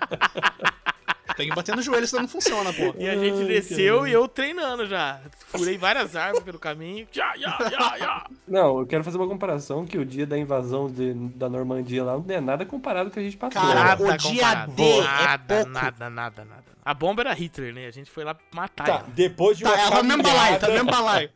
A: Tem que bater no joelho, senão não funciona,
C: [LAUGHS]
A: pô.
C: E a gente desceu e eu treinando já. Furei várias árvores pelo caminho. Ya, ya, ya, ya.
D: Não, eu quero fazer uma comparação que o dia da invasão de- da Normandia lá não é nada comparado com o que a gente passou.
A: Caralho.
D: Caralho.
A: o dia
C: comparado.
A: D é
C: nada,
A: pouco.
C: nada, nada, nada. A bomba era Hitler, né? A gente foi lá matar
B: Tá,
C: ela.
B: depois de uma
A: Tá,
C: é
A: ela tá no mesmo balaio, tá no
B: caminhada,
A: mesmo balaio.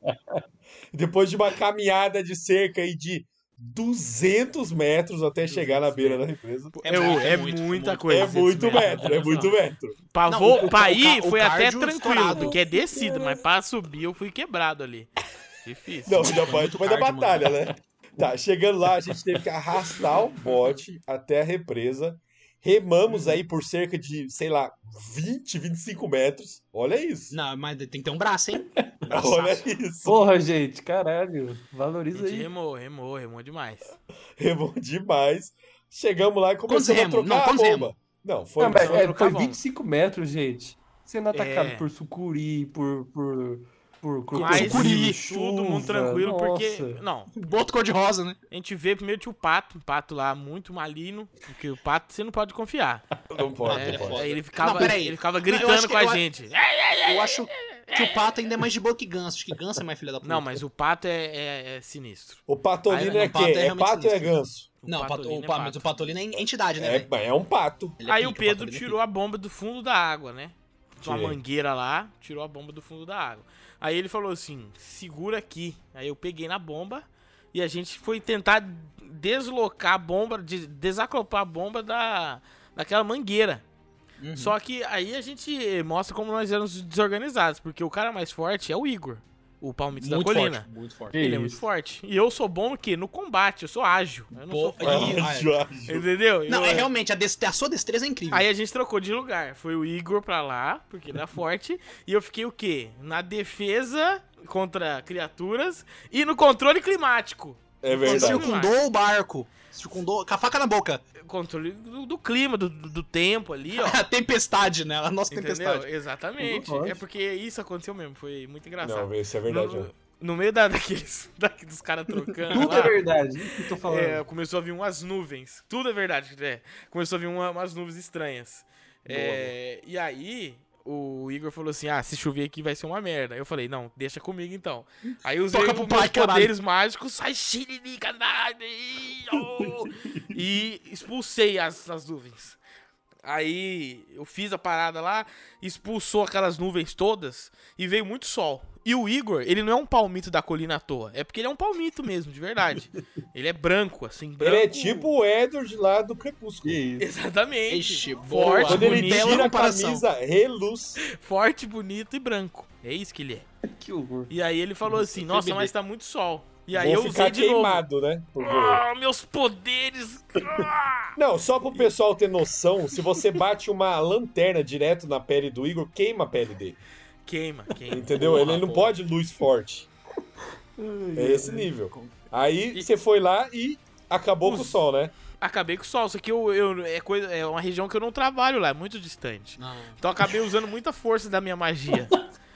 B: depois de uma caminhada de cerca aí de 200 metros até chegar na beira da represa,
A: É
C: Eu-
A: muito,
C: é,
A: é muito, é
C: muita
A: muito.
C: coisa.
B: é
C: esse
B: muito
C: merda,
B: metro, é
C: olha só. [LAUGHS]
B: muito metro.
C: Pra,
A: Não,
C: vo-
A: o- o
C: pra
A: ca-
C: ir
A: o
C: foi até
A: cardio
C: tranquilo,
A: estourado.
C: porque é descido, mas pra subir eu fui quebrado ali. Difícil.
B: Não, ainda foi depois da
A: hard, mano.
B: batalha, né? Tá, chegando lá, a gente teve que arrastar o bote até a represa. Remamos aí por cerca de, sei lá, 20, 25 metros. Olha isso.
A: [LAUGHS] Não, mas tem que ter um braço, hein?
B: Olha isso.
D: Porra, gente, caralho. Valoriza
C: A gente
D: aí.
C: remou, remou, remou demais.
B: Remou demais. Chegamos lá e
A: Quantos
B: começamos a
A: remo?
B: trocar
A: Não,
B: a
A: quantos
B: bomba.
A: remo?
B: Não, foi
D: Não, mas,
C: Vamos
D: é,
C: trocar
D: foi
C: a bomba.
D: 25 metros, gente. Sendo atacado
C: É.
D: por sucuri, por. por. por
C: Mas
D: crocodilo,
C: todo mundo
D: chuva,
C: tranquilo, porque.
D: nossa.
C: Não,
A: Boto cor-de-rosa, né?
C: a gente vê primeiro tinha o pato, um pato lá muito maligno, porque o pato você não pode confiar.
B: Não pode,
C: É,
B: não pode.
C: aí ele ficava,
A: Não, peraí.
C: ele ficava
A: Não, eu
C: gritando
A: acho que-
C: com a
A: eu a-
C: gente.
A: Eu acho que o pato ainda é mais de boa que ganso. Acho que ganso é mais filha da puta.
C: Não, mas o pato é, é- é sinistro.
B: O patolino
A: Aí,
B: é
A: o pato é
B: quê? É
A: realmente
B: pato ou é
A: sinistro.
B: ganso?
A: Não, o pato-
C: patolino
A: o
C: é
A: pa- mas o patolino é entidade, né?
B: É,
A: velho?
B: mas é um pato.
A: Ele é
C: Aí o
A: pica,
C: Pedro
A: patolino é
C: tirou a bomba do fundo da água, né? Tinha uma
B: Tirei.
C: mangueira lá, tirou a bomba do fundo da água. Aí ele falou assim: segura aqui. Aí eu peguei na bomba e a gente foi tentar deslocar a bomba, de- desacoplar a bomba da, daquela mangueira.
A: pica. Uhum.
C: Só que aí a gente mostra como nós éramos desorganizados, porque o cara mais forte é o Igor, o Palmito da
A: muito
C: Colina.
A: forte, muito forte.
D: Que
C: Ele é muito
D: isso.
C: forte. E eu sou bom no quê? No combate, eu sou ágil. Eu não
A: Bo-
C: sou
B: [LAUGHS]
C: forte.
A: Ih, ai.
B: Jorge.
C: Entendeu? Eu-
A: Não, é realmente, a, dest- a sua destreza é incrível.
C: Aí a gente trocou de lugar. Foi o Igor pra lá, porque ele é forte. e eu fiquei o quê? Na defesa contra criaturas e no controle climático.
B: É
A: Ele
B: verdade.
A: circundou o barco. Circundou com a faca na boca.
C: Controle do, do clima, do, do do
A: [LAUGHS]
C: tempo ali, ó.
A: A tempestade, né? A nossa
C: Entendeu?
A: tempestade.
C: Exatamente.
D: Lógico.
C: É porque isso aconteceu mesmo. Foi muito engraçado.
B: Não, isso é verdade.
C: no,
B: né?
C: no meio da, [LAUGHS] daqueles, daqui, dos caras trocando.
D: Tudo
C: lá,
D: é verdade. Isso que
A: tá
D: eu tô falando.
C: É, começou a vir umas nuvens. Tudo é verdade, né? Começou a vir uma- umas nuvens estranhas. É, e aí, o Igor falou assim: Ah, se chover aqui vai ser uma merda. Eu falei: Não, deixa comigo então. Aí eu usei
A: Toca
C: os
A: pro
C: meus
A: pai, caralho.
C: poderes mágicos, sai xiriri, caralho, ih, oh! e expulsei as, as nuvens. Aí eu fiz a parada lá, expulsou aquelas nuvens todas e veio muito sol. E o Igor, ele não é um palmito da colina à toa. É porque ele é um palmito mesmo,
B: [LAUGHS]
C: de verdade. Ele é branco, assim, branco.
B: Ele é tipo o Edward lá do Crepúsculo.
D: Que isso.
C: Exatamente.
A: Ixi, boa.
C: forte,
B: Quando ele
C: bonito,
A: Bela
B: tira a
A: comparação.
B: camisa, reluz.
C: forte, bonito e branco. É isso que ele é.
D: Que horror.
C: E aí ele falou assim: Nossa, mas tá muito sol. E aí
B: Vou
C: eu usei
B: ficar
C: de novo.
B: queimado, né? por favor.
C: Ah, meus poderes! Ah!
B: Não, só pro pessoal ter noção, se você bate uma lanterna direto na pele do Igor, queima a pele dele.
C: queima, queima.
B: Entendeu?
A: Porra,
B: ele não
A: porra.
B: pode luz forte. É esse nível. Aí você foi lá e acabou com o
C: Os-
B: sol, né?
C: Acabei com o sol, só que eu, eu- é, coisa, é uma região que eu não trabalho lá, é muito distante.
A: Não,
C: Então eu acabei usando muita força da minha magia.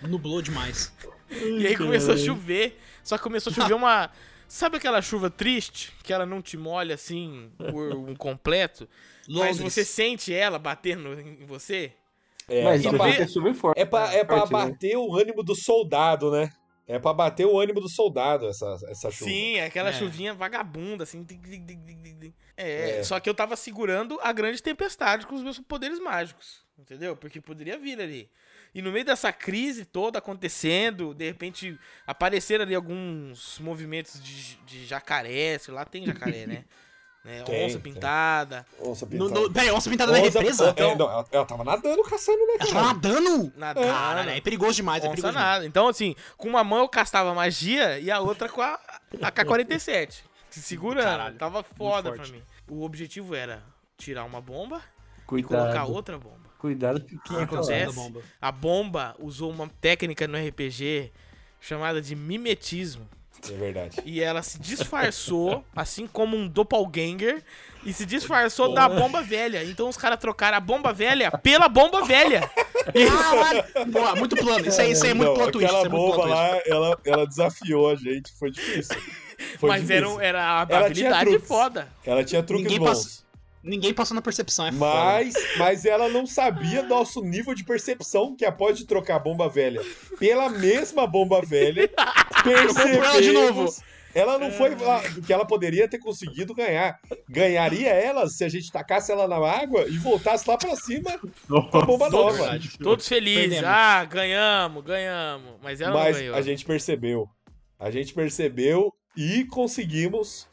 A: nublou demais.
C: [LAUGHS] E aí começou a chover. Só que começou a chover uma. [LAUGHS] Sabe aquela chuva triste? Que ela não te molha assim por um completo?
A: Londres.
C: Mas você sente ela batendo em você?
B: É,
D: Mas
B: tá
D: o
B: ba-
D: Drake é super forte.
B: é pra, é pra
D: Forte, né?
B: bater o ânimo do soldado, né? É pra bater o ânimo do soldado essa, essa chuva.
C: Sim, é aquela
A: É.
C: chuvinha vagabunda, assim. tic, tic, tic, tic, tic, tic. É,
B: É.
C: só que eu tava segurando a grande tempestade com os meus poderes mágicos. Entendeu? Porque poderia vir ali. E no meio dessa crise toda acontecendo, de repente apareceram ali alguns movimentos de, de jacaré. sei Lá tem jacaré, né? né?
B: Tem,
C: onça
B: tem.
C: pintada,
B: Onça
A: No,
B: pintada.
A: no, peraí, onça pintada na represa?
B: É, não, ela, ela tava nadando, caçando, né,
A: Ela
B: cara?
A: tá nadando?
C: nadando.
A: Cara, é perigoso demais, é
C: onça
A: perigoso demais.
C: nada. Então, assim, com uma mão eu castava magia e a outra com a
A: [LAUGHS]
C: AK-47. Se segurando.
A: Caralho,
C: Tava foda pra
A: forte.
C: mim. O objetivo era tirar uma bomba
B: Tá.
C: e colocar
D: Cuidado.
C: outra bomba.
D: Cuidado com o
B: Ah,
C: acontece?
D: que acontece.
A: Da bomba.
C: A bomba usou uma técnica no RPG chamada de mimetismo.
B: É verdade.
C: E ela
B: [LAUGHS]
C: se disfarçou, assim como um doppelganger, e se disfarçou da bomba velha. Então os caras trocaram a bomba velha pela bomba velha.
A: Caralho! Ah, Boa, muito plano. Isso aí, isso aí é muito
B: Não,
A: plot twist. Isso
B: Aquela
A: é muito
B: bomba
A: plot twist.
B: lá, ela, ela desafiou a gente, foi
A: [LAUGHS]
B: difícil. Foi
C: Mas era, um-
B: difícil.
C: era a
B: tinha
C: habilidade
B: truques.
C: foda.
B: Ela tinha truques
A: Ninguém
B: bons.
A: passou- Ninguém passou na percepção, é foda.
B: Mas, mas ela não sabia nosso nível de percepção que após de trocar a bomba velha pela mesma bomba
A: [LAUGHS]
B: velha,
A: Trocou ela
B: percebemos...
A: de novo. É.
B: Ela não foi lá, que ela poderia ter conseguido ganhar. Ganharia ela se a gente tacasse ela na água e voltasse lá pra cima com a bomba
C: Nossa,
B: nova.
A: Verdade. Então,
C: Todos felizes.
A: Perdemos.
C: Ah, ganhamos, ganhamos. Mas ela
B: Mas
C: não ganhou.
B: a gente percebeu. A gente percebeu e conseguimos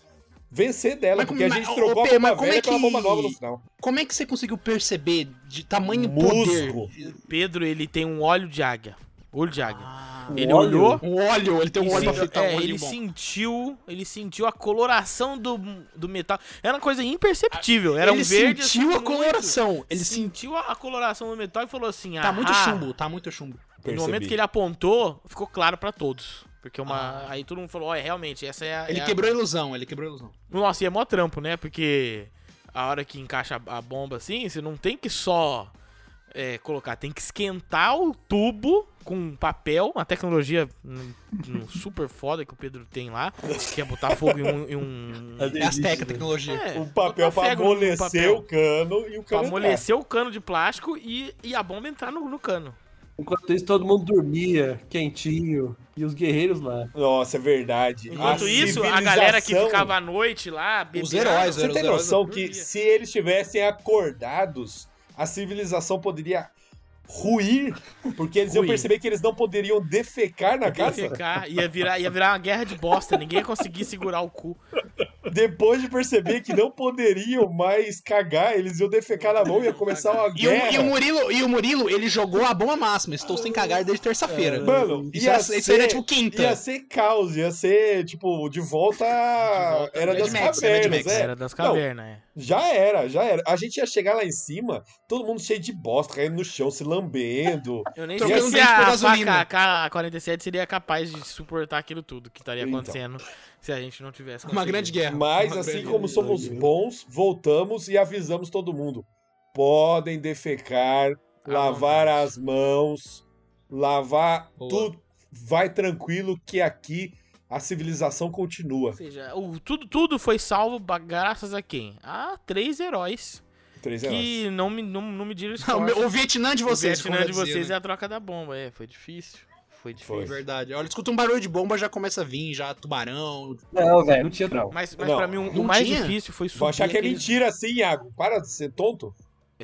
B: vencer dela,
A: Mas como-
B: porque a
A: mas,
B: gente
A: ô,
B: trocou
A: Pedro,
B: a bomba
A: mas como é
B: velha pela
A: que-
B: bomba nova no final.
A: Como é que você conseguiu perceber de tamanho e poder?
B: Musgo.
C: Pedro, ele tem um óleo de águia. Olho de águia.
A: Ah,
C: ele
D: óleo?
C: olhou.
A: um óleo, ele tem um
C: e
A: óleo pra
C: sen-
A: fritar,
C: é,
A: um óleo
C: ele
A: bom.
C: sentiu, ele sentiu a coloração do, do metal. Era uma coisa imperceptível. Era
A: ele
C: um verde.
A: sentiu a
C: assim, muito-
A: coloração. Ele sentiu.
C: sentiu a a coloração do metal e falou assim: ah,
A: Tá muito chumbo, tá muito chumbo.
C: E no momento
B: Percebi.
C: que ele apontou, ficou claro pra todos. Porque uma. Aí todo mundo falou: olha, realmente, essa é a.
A: Ah. Ele
C: é a-
A: quebrou a ilusão, ele quebrou a ilusão.
C: Nossa, e é mó trampo, né? Porque a hora que encaixa a a bomba assim, você não tem que só é, colocar, tem que esquentar o tubo com papel, uma tecnologia hum, hum, super foda que o Pedro tem lá, que é botar fogo em um. Em um
A: É
B: né?
A: Azteca, tecnologia.
C: é,
B: O papel
C: botar
B: pra
C: fego no
B: amolecer
C: papel.
B: o cano e o
C: um Pra
B: cano. é. entrar.
C: amolecer o cano de plástico e, e a bomba entrar no, no cano.
D: Enquanto isso, todo mundo dormia, quentinho. E os guerreiros lá.
B: Nossa, é verdade.
C: Enquanto isso, a
B: civilização- é
C: galera que ficava à noite lá, bebendo.
A: Os heróis,
B: Você
A: os
B: tem
A: heróis
B: noção
C: não
B: que
C: dormia.
B: se eles tivessem acordados, a civilização poderia ruir, porque eles iam
C: Ruir.
B: perceber que eles não poderiam defecar na
C: Ia
B: casa.
C: ficar, ia virar, ia virar uma guerra de bosta, ninguém ia conseguir segurar o cu.
B: Depois de perceber que não poderiam mais cagar, eles iam defecar na mão e ia começar uma
A: E o,
B: guerra.
A: e o Murilo, e o Murilo, ele jogou a bomba máxima. Estou sem cagar desde terça-feira.
B: É. Mano,
A: Isso
B: ia
A: era- isso era
B: ser-
A: tipo quinta.
B: Ia ser caos, ia ser, tipo, de volta. era
A: Mad
B: das
A: Max, é Mad
B: cavernas,
A: Max,
B: é.
C: Era das cavernas, é.
B: Já era, já era. A gente ia chegar lá em cima, todo mundo cheio de bosta, caindo no chão, se
C: [LAUGHS]
B: lambendo.
C: Eu nem sei
A: Trocando
C: se
A: dente por
C: a
A: gasolina.
C: faca K-47 seria capaz de suportar aquilo tudo que estaria
B: Então.
C: acontecendo se a gente não tivesse
A: Uma grande guerra.
B: Mas,
A: Uma
B: assim
A: grande
B: como somos bons, voltamos e avisamos todo mundo. Podem defecar,
C: À
B: lavar
C: vontade.
B: as mãos, lavar
A: Boa.
B: tudo. Vai tranquilo que aqui a civilização continua.
C: Ou seja, o, tudo, tudo foi salvo ba- graças a quem? A três heróis
B: Três é heróis.
C: que não me, não, não me
A: Não,
C: diram
A: o,
C: esforço.
A: meu- o Vietnã de
C: O
A: vocês.
C: Vietnã
A: como
C: de
A: vai dizer,
C: vocês
A: né?
C: é a troca da bomba. É, foi difícil. Foi difícil.
B: Foi.
A: Verdade. Olha, escuta um barulho de bomba, já começa a vir, já tubarão.
D: Não, velho, não tinha não.
C: Mas, mas
B: Não,
C: pra mim, o- o
A: não
C: mais
A: tinha.
C: difícil foi subir
B: Vou achar que é
C: aqueles- É.
B: mentira assim, Iago. Para de ser tonto.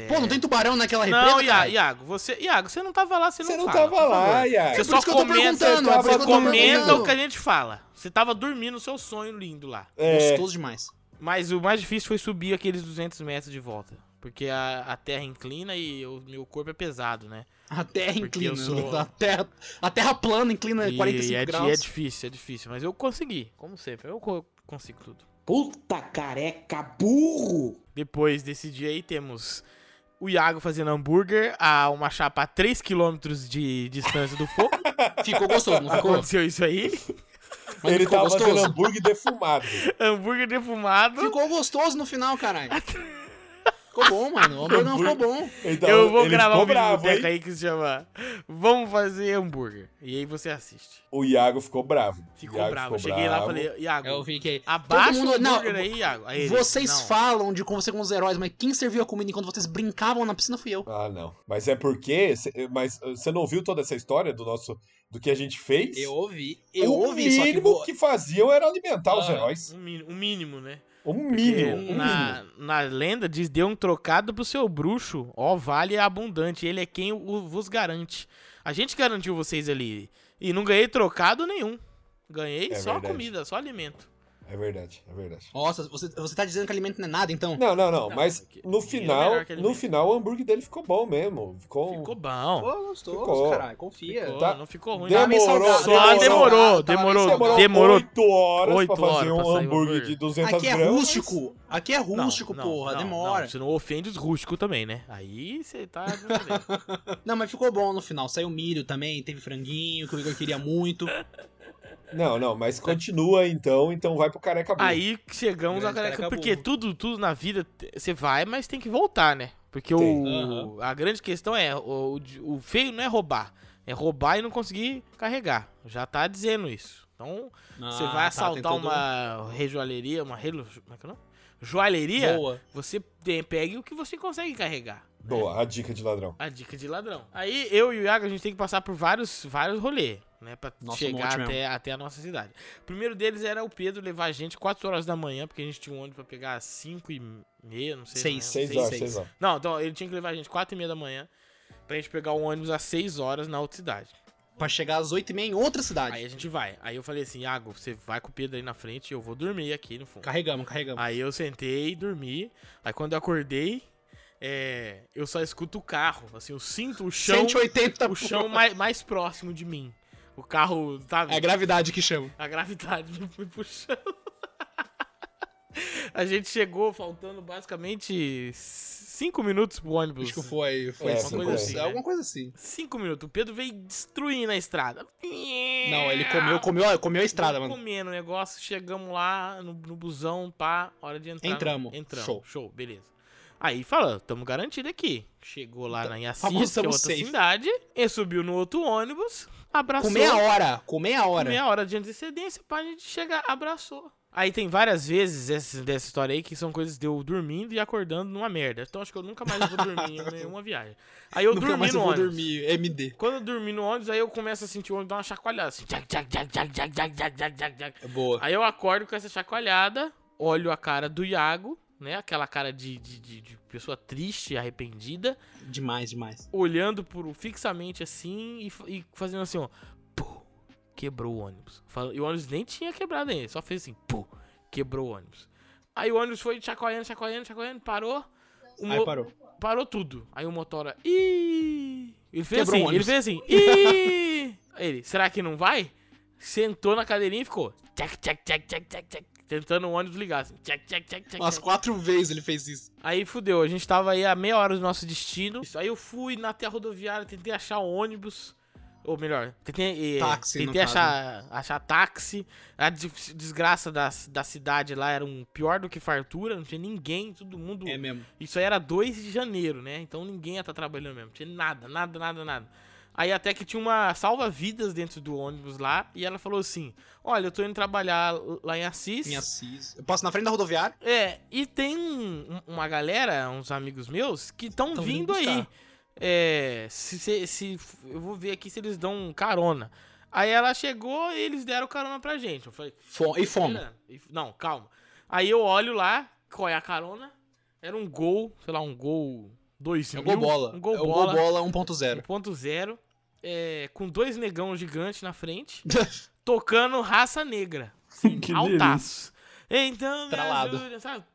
A: Pô, É. não tem tubarão naquela represa?
C: Não, Ia-
A: cara?
C: Iago, você, Iago, você não tava lá, você não
B: Você não
C: fala,
B: tava
C: por favor.
B: lá, Iago.
C: Você
A: É por
C: só
A: isso que eu tô
C: comenta,
A: perguntando, é por
B: isso
C: só
B: que eu tô
C: comenta
A: perguntando.
C: o que a gente fala. Você tava dormindo o seu sonho lindo lá.
B: É,
A: Gostoso demais.
C: Mas o mais difícil foi subir aqueles 200 metros de volta. Porque a, a terra inclina e o meu corpo é pesado, né?
A: A terra
C: Porque eu
A: inclina.
C: sou-
A: A, terra, a terra plana inclina
C: E
A: 45
C: é, di-
A: graus.
C: é difícil, é difícil. Mas eu consegui, como sempre. Eu co- consigo tudo.
E: Puta careca burro!
C: Depois desse dia aí temos o Iago fazendo hambúrguer a uma chapa a 3km de distância do
B: [LAUGHS]
C: fogo.
A: Ficou gostoso, não ficou?
C: Aconteceu isso aí.
A: Mas
B: ele
A: ficou
B: tava fazendo
A: gostoso.
B: hambúrguer
C: [LAUGHS]
B: defumado.
C: hambúrguer
A: [LAUGHS]
C: defumado.
A: Ficou gostoso no final, caralho. Ficou bom, mano. O hambúrguer não ficou bom.
B: Ele tava-
C: eu vou
B: Então, ele
C: gravar
B: ficou
C: um vídeo do
B: bravo, hein?
C: Boteca aí que se chama Vamos Fazer Hambúrguer. E aí você assiste.
B: O Iago ficou bravo.
C: Ficou
B: Iago
C: bravo. Cheguei lá
B: bravo.
C: e falei, Iago,
A: Eu vi que... Ah,
C: abaixa
A: Todo
C: o
A: mundo- não,
C: hambúrguer aí, Iago. Aí ele,
A: Vocês
C: "Não."
A: falam de como você com os heróis, mas quem serviu a comida enquanto vocês brincavam na piscina fui eu.
B: Ah, não. Mas é porque. cê- Mas você não ouviu toda essa história do nosso. do que a gente fez?
A: ouvi.
B: o mínimo que, faziam era alimentar os
A: Ah.
B: heróis.
C: Um mínimo, um mínimo, né?
B: O
C: Porque um
B: mínimo. o mínimo.
C: na, na lenda diz: deu um trocado pro seu bruxo, ó, vale é abundante, ele é quem o- vos garante. A gente garantiu vocês ali. E não ganhei trocado nenhum. Ganhei
B: É
C: só
B: verdade.
C: comida, só alimento.
B: É verdade, é verdade.
A: Nossa, você, você tá dizendo que alimento não é nada, então?
B: Não, não, não,
C: Não,
B: mas
C: é que-
B: no
C: é
B: final,
C: melhor que ele
B: no
C: mesmo.
B: final o hambúrguer dele ficou bom mesmo. Ficou, um-
C: Ficou bom.
A: Pô, gostoso,
B: Ficou.
A: caralho, confia.
C: Ficou,
B: tá-
C: Não ficou ruim.
A: Tava
C: não.
A: bem
B: Demorou,
A: salgado, tava
B: demorou.
A: bem
C: Ah, Demorou,
A: salgado, tava bem
C: demorou.
A: salgado.
C: demorou
B: 8 um horas
C: oito
B: pra fazer
C: horas pra
B: um
C: sair um
B: hambúrguer
C: hambúrguer.
B: de 200
A: Aqui é
B: gramas.
A: rústico. Aqui é
C: Não,
A: rústico,
C: não,
A: porra.
C: não,
A: demora.
C: Não, você não ofende os rústicos também, né? Aí você
B: [LAUGHS]
C: tá.
A: Não. mas ficou bom no final. Saiu milho também, teve franguinho, que o Igor queria muito.
B: Não, não, mas continua então, então vai pro careca burro.
C: Aí chegamos
A: Grande
C: a careca.
A: careca
C: Porque
A: burro.
C: tudo, tudo na vida te- você vai, mas tem que voltar, né? Porque o,
B: Tem.
C: a grande questão é: o, o feio não é roubar. É roubar e não conseguir carregar. Já tá dizendo isso. Então, [LAUGHS] você
A: Ah,
C: vai
A: tá,
C: assaltar
A: tem todo
C: uma rejoalheria, uma relo... como é que é o nome?
A: um-
C: joalheria,
A: Boa.
C: você tem, pegue o que você consegue carregar. né?
B: Boa, a dica de ladrão.
C: A dica de ladrão. Aí eu e o Iago, a gente tem que passar por vários, vários rolês, né? Pra
A: Nossa, um
C: chegar
A: monte
C: até, até a nossa cidade. O primeiro deles era o Pedro levar a gente 4 horas da manhã, porque a gente tinha um ônibus pra pegar às 5 e meia, não sei.
A: Seis,
C: né? não
A: seis
C: lembro,
B: Seis
A: Seis,
B: horas,
A: seis.
B: seis horas.
C: Não, então ele tinha que levar a gente 4 e meia da manhã pra gente pegar o ônibus às 6 horas na outra cidade.
A: Pra chegar às 8h30 em outra cidade.
C: Aí a gente vai. Aí eu falei assim, Iago, você vai com o Pedro aí na frente e eu vou dormir aqui no fundo.
A: Carregamos, carregamos.
C: Aí eu sentei e dormi. Aí quando eu acordei, é, eu só escuto o carro. Assim, eu sinto o chão.
A: 180
C: o chão mais, mais próximo de mim. O carro, sabe?
A: É a gravidade que chama.
C: a gravidade [LAUGHS] me, me puxando. A gente chegou faltando basicamente cinco minutos pro ônibus.
A: Acho que foi. Foi
B: É,
A: cinco,
B: foi por
A: assim,
C: aí, né?
A: alguma coisa assim.
C: Cinco minutos. O Pedro veio destruindo a estrada. É.
A: Não, ele comeu, comeu, comeu a estrada, mano.
C: Comendo o negócio, chegamos lá no, no busão, pá, hora de entrar.
A: Entramos.
C: Entramos. Show.
A: Show.
C: beleza. Aí falando, tamo garantido aqui. Chegou lá na Inhacis,
A: famoso
C: que é
A: Então, tamo
C: outra
A: safe.
C: cidade, e subiu no outro ônibus, abraçou.
A: Com meia hora, com meia hora.
C: Meia hora de antecedência pra gente chegar, abraçou. Aí tem várias vezes essa, dessa história aí que são coisas de eu dormindo e acordando numa merda. Então acho que eu nunca mais vou dormir
A: [LAUGHS]
C: em nenhuma viagem. Aí eu
A: Nunca
C: dormi
A: mais
C: no
A: eu vou
C: ônibus.
A: dormir. MD.
C: Quando eu dormi no ônibus, aí eu começo a sentir o ônibus dar uma chacoalhada. Assim, tchac, tchac, tchac, tchac, tchac, tchac, tchac, tchac, tchac, tchac.
A: É boa.
C: Aí eu acordo com essa chacoalhada, olho a cara do Iago, né? Aquela cara de, de, de- de pessoa triste, arrependida,
A: Demais, demais.
C: olhando por, fixamente assim e, fa- e fazendo assim, ó. Pô, quebrou o ônibus. Fala- E o ônibus nem tinha quebrado ainda, só fez assim, pô, quebrou o ônibus. Aí o ônibus foi chacoalhando, chacoalhando, chacoalhando, parou. O
A: Aí
C: mo-
A: parou.
C: Parou tudo. Aí o motora. Ih! Ele
A: Quebrou
C: fez assim,
A: o
C: ele
A: ônibus.
C: fez assim. Ih! Ele, será que não vai? Sentou na cadeirinha e ficou. Tchac, tchac, tchac, tchac, tchac, tchac. Tentando o ônibus ligar, assim. Tchac, tchac, tchac, tchac,
A: Umas
C: tchac.
A: quatro vezes ele fez isso.
C: Aí fudeu, a gente tava aí a meia hora do nosso destino. Isso, aí eu fui na terra rodoviária, tentei achar o ônibus. Ou melhor, tentei, eh,
A: Táxi, no
C: tentei
A: caso, né?
C: achar, achar táxi. A des- desgraça da, da cidade lá era um pior do que fartura, não tinha ninguém, todo mundo
A: É mesmo.
C: isso aí era 2 de janeiro, né? Então ninguém ia estar trabalhando mesmo. Tinha nada, nada, nada, nada. Aí até que tinha uma salva-vidas dentro do ônibus lá, e ela falou assim: Olha, eu tô indo trabalhar lá em Assis.
A: Minha cis. Eu passo na frente da rodoviária.
C: É, e tem um- uma galera, uns amigos meus, que estão
A: Tão
C: vindo
A: vindo
C: aí.
A: buscar.
C: É, se, se, se- eu vou ver aqui se eles dão carona. Aí ela chegou e eles deram carona pra gente. Eu falei,
A: Fo- e fome.
C: Fernando, e- Não, calma. Aí eu olho lá, qual é a carona? Era um gol, sei lá, um gol 2000.
A: É o gol bola.
C: Um gol
A: é o
C: bola.
A: gol bola 1.0.
C: 1.0. É, com dois negão gigantes
A: [LAUGHS]
C: na frente, tocando raça negra. Sim,
D: Que
C: altaço. Então, me
A: Tralado.
C: ajuda, sabe?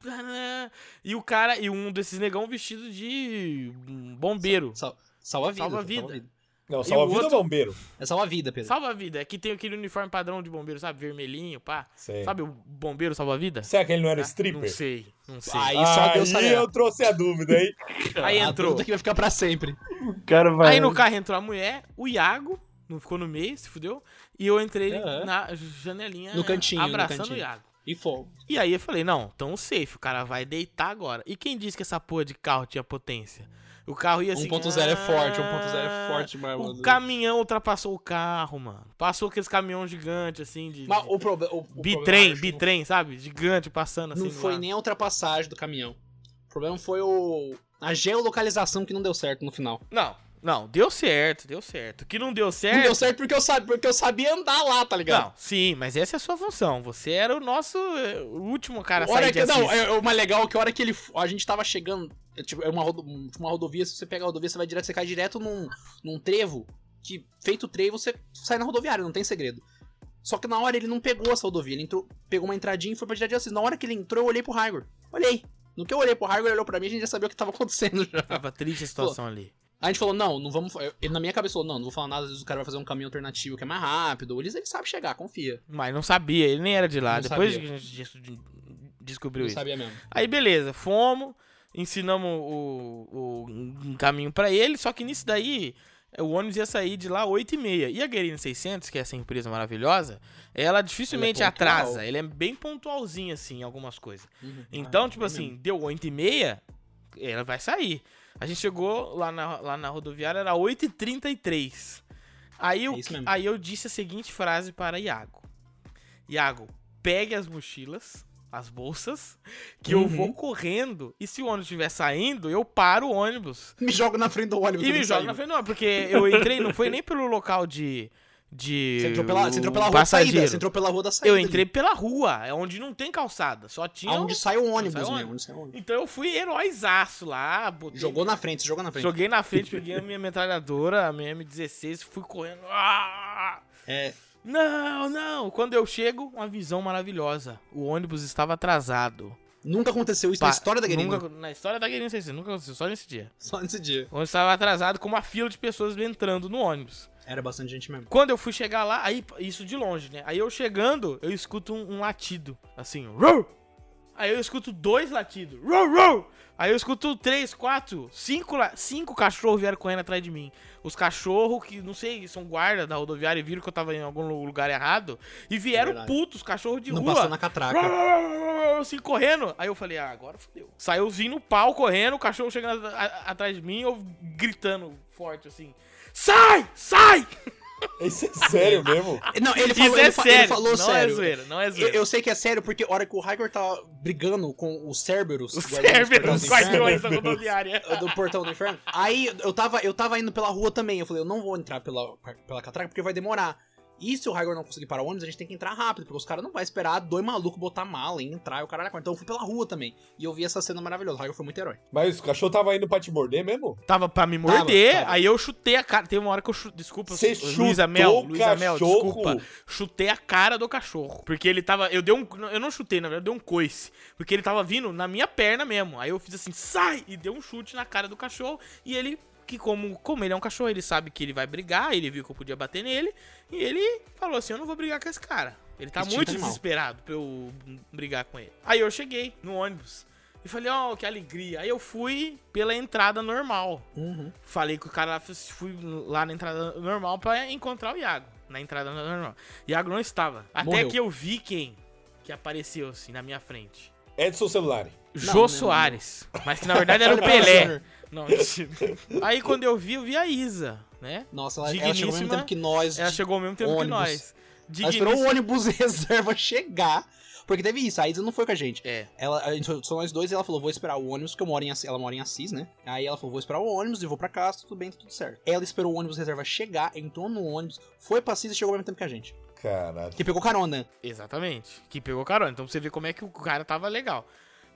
C: E o cara, e um desses negão vestido de hum, bombeiro.
A: Sa- salva vida.
C: Salva vida.
B: Não, salva vida
C: outro-
B: bombeiro.
A: É salva vida, Pedro.
C: Salva-vida, É que tem aquele uniforme padrão de bombeiro, sabe? Vermelhinho, pá.
A: É.
B: Sei.
C: Sabe o bombeiro salva-vida?
B: Será que ele não era
C: Não
B: stripper?
C: sei, não sei.
A: Aí só Deus sabe.
B: Aí eu trouxe a dúvida,
C: [LAUGHS]
B: hein?
C: Aí
A: A
C: entrou.
A: dúvida é que vai ficar pra sempre.
D: O cara vai.
C: Aí no carro entrou a mulher, o Iago, não ficou no meio, se fudeu. E eu entrei
A: Aham.
C: na janelinha
A: No cantinho, no
C: abraçando
A: cantinho.
C: o Iago.
A: E fome.
C: E aí eu falei, não, tão safe, o cara vai deitar agora. E quem disse que essa porra de carro tinha potência? O carro ia assim...
A: 1.0 é forte, 1.0 é
C: ah,
A: forte demais,
C: O
A: mano.
C: caminhão ultrapassou o carro, mano. Passou aqueles caminhão gigante, assim, de...
A: Mas
C: de-
A: o problema. o- o
C: bitrem,
A: problema, acho que não-
C: bitrem, sabe? Gigante, passando assim.
A: Não
C: do
A: foi
C: lado.
A: nem a ultrapassagem do caminhão. O problema foi o. A geolocalização que não deu certo no final.
C: Não, não, deu certo, deu certo. O que não deu certo...
A: Não deu certo porque eu, sabia, porque eu sabia andar lá, tá ligado?
C: Não, sim, mas essa é a sua função. Você era o nosso eh, o último cara a sair
A: hora
C: de
A: que, não,
C: Assis.
A: é é uma legal que a hora que ele. A gente tava chegando. é Tipo, é uma, rodo- tipo, uma rodovia, se você pegar a rodovia, você vai direto, você cai direto num, num trevo. Que feito o trevo, você sai na rodoviária, não tem segredo. Só que na hora ele não pegou essa rodovia, ele entrou, pegou uma entradinha e foi pra direita de Assis. Na hora que ele entrou, eu olhei pro Raigor. Olhei. No que eu olhei pro Raigor, ele olhou pra mim, a gente já sabia o que tava [LAUGHS] acontecendo já.
C: Tava triste a situação ali.
A: A gente falou, não, não vamos. fa- Ele na minha cabeça falou, não, não vou falar nada, às vezes o cara vai fazer um caminho alternativo que é mais rápido. O Ulisses ele sabe chegar, confia.
C: Mas não sabia, ele nem era de lá.
A: Não
C: Depois
A: sabia.
C: que a gente des- descobriu
A: Não
C: isso.
A: sabia mesmo.
C: Aí beleza, fomos, ensinamos o, o- um caminho pra ele, só que nisso daí é, o ônibus ia sair de lá 8h30. E a Guerino 600, que é essa empresa maravilhosa, ela dificilmente
A: pontual.
C: atrasa, ele é bem pontualzinho assim em algumas coisas.
A: Uhum.
C: Então, tipo
A: é
C: assim, deu 8h30, ela vai sair. A gente chegou lá na, lá na rodoviária, era 8h33. Aí eu,
A: É isso mesmo.
C: aí eu disse a seguinte frase para Iago. Iago, pegue as mochilas, as bolsas, que eu
A: Uhum.
C: vou correndo, e se o ônibus estiver saindo, eu paro o ônibus.
A: [LAUGHS] Me joga na frente do ônibus.
C: E
A: eu
C: me
A: não
C: joga
A: saio.
C: na frente, não, porque eu entrei, não foi nem pelo local de... de
A: Você entrou pela, você entrou pela
C: o
A: rua da saída.
C: passageiro.
A: Você entrou pela rua da saída.
C: Eu entrei pela rua, é onde não tem calçada, só tinha...
A: Aonde sai o ônibus,
C: sai o
A: né?
C: ônibus.
A: Onde sai o ônibus.
C: Então eu fui heróizaço lá, botei,
A: Jogou na frente, jogou na frente.
C: joguei na frente, peguei a minha metralhadora, a minha M16, fui correndo. Ah!
A: É,
C: Não, não! Quando eu chego, uma visão maravilhosa. O ônibus estava atrasado.
A: nunca aconteceu isso
C: Pa-
A: na história da Guerrilla.
C: Nunca, na história da Guerinha, não sei se nunca aconteceu, só nesse dia.
A: [LAUGHS] Só nesse dia.
C: O ônibus estava atrasado com uma fila de pessoas entrando no ônibus.
A: Era bastante gente mesmo.
C: Quando eu fui chegar lá, aí isso de longe, né? Aí eu chegando, eu escuto um, um latido, assim, "Rou!" Aí eu escuto dois latidos, "Rou, rou!" Aí eu escuto três, quatro, cinco, la- cinco cachorros vieram correndo atrás de mim. Os cachorros que, não sei, são guarda da rodoviária e viram que eu tava em algum lu- lugar errado e vieram
A: verdade.
C: putos, cachorros de
A: não
C: rua.
A: passou na
C: "Rou,
A: catraca.
C: rou, rou, rou", Assim, correndo. Aí eu falei, ah, agora fodeu. Saiuzinho no pau, correndo, o cachorro chegando a- a- atrás de mim, eu gritando forte, assim, sai, sai!
B: Isso é sério mesmo?
A: Não, ele
C: Isso
A: falou,
C: é
A: ele, fa- ele
C: sério.
A: falou
C: não
A: sério.
C: é zoeira, não é
A: eu,
C: zoeira.
A: eu sei que é sério, porque a hora que o Raigor tá brigando com os Cerberus.
C: Os
A: guardiões do Portão
C: Cerberus,
A: do Inferno-
C: guardiões da rodoviária.
A: do portão do inferno. Aí eu tava, eu tava indo pela rua também. Eu falei, eu não vou entrar pela, pela catraca porque vai demorar. E se o Raigor não conseguir parar o ônibus, a gente tem que entrar rápido, porque os caras não vão esperar dois malucos botar mala e entrar e o caralho. a quatro. Então eu fui pela rua também. E eu vi essa cena maravilhosa. O Raigor foi muito herói.
B: Mas o cachorro tava indo pra te morder mesmo?
C: Tava pra me
A: Tava,
C: morder,
A: tava.
C: aí eu chutei a cara. Teve uma hora que eu chutei. Desculpa,
B: Você
C: Luísa
B: chutou
C: Mel,
B: o
C: Luísa Mel,
B: cachorro?
C: desculpa. Chutei a cara do cachorro. Porque ele tava. Eu dei um. Eu não chutei, na verdade, eu dei um coice. Porque ele tava vindo na minha perna mesmo. Aí eu fiz assim, sai! E dei um chute na cara do cachorro. E ele. Que como, como ele é um cachorro, ele sabe que ele vai brigar, ele viu que eu podia bater nele, e ele falou assim: Eu não vou brigar com esse cara. Ele tá
A: Instinto
C: muito
A: animal.
C: desesperado pra eu brigar com ele. Aí eu cheguei no ônibus e falei: Ó, que alegria. Aí eu fui pela entrada normal.
A: Uhum.
C: Falei com o cara, lá, fui lá na entrada normal pra encontrar o Iago. Na entrada normal. Iago não estava. Até
A: Morreu.
C: que eu vi quem que apareceu assim na minha frente.
B: Edson É celular.
A: Não,
C: Jô
A: não,
C: Soares. Mas que na verdade era
A: [LAUGHS]
C: o Pelé. Não, mentira. Aí quando eu vi, eu vi a Isa, né?
A: Nossa, ela, ela chegou ao mesmo
C: Digníssima.
A: tempo que nós.
C: Ela chegou ao mesmo tempo que
A: ônibus.
C: nós.
A: ela esperou
C: Digníssima-
A: o ônibus [LAUGHS] reserva chegar. Porque teve isso, a Isa não foi com a gente.
C: É.
A: Ela, a gente foi só nós dois e ela falou: vou esperar o ônibus, que eu moro em Assis, ela mora em Assis, né? Aí ela falou: vou esperar o ônibus e vou pra casa, tudo bem, tá tudo certo. Ela esperou o ônibus reserva chegar, entrou no ônibus, foi pra Assis e chegou ao mesmo tempo que a gente.
B: Caralho.
A: Que pegou carona.
C: Exatamente. Que pegou carona. Então pra você ver como é que o cara tava legal.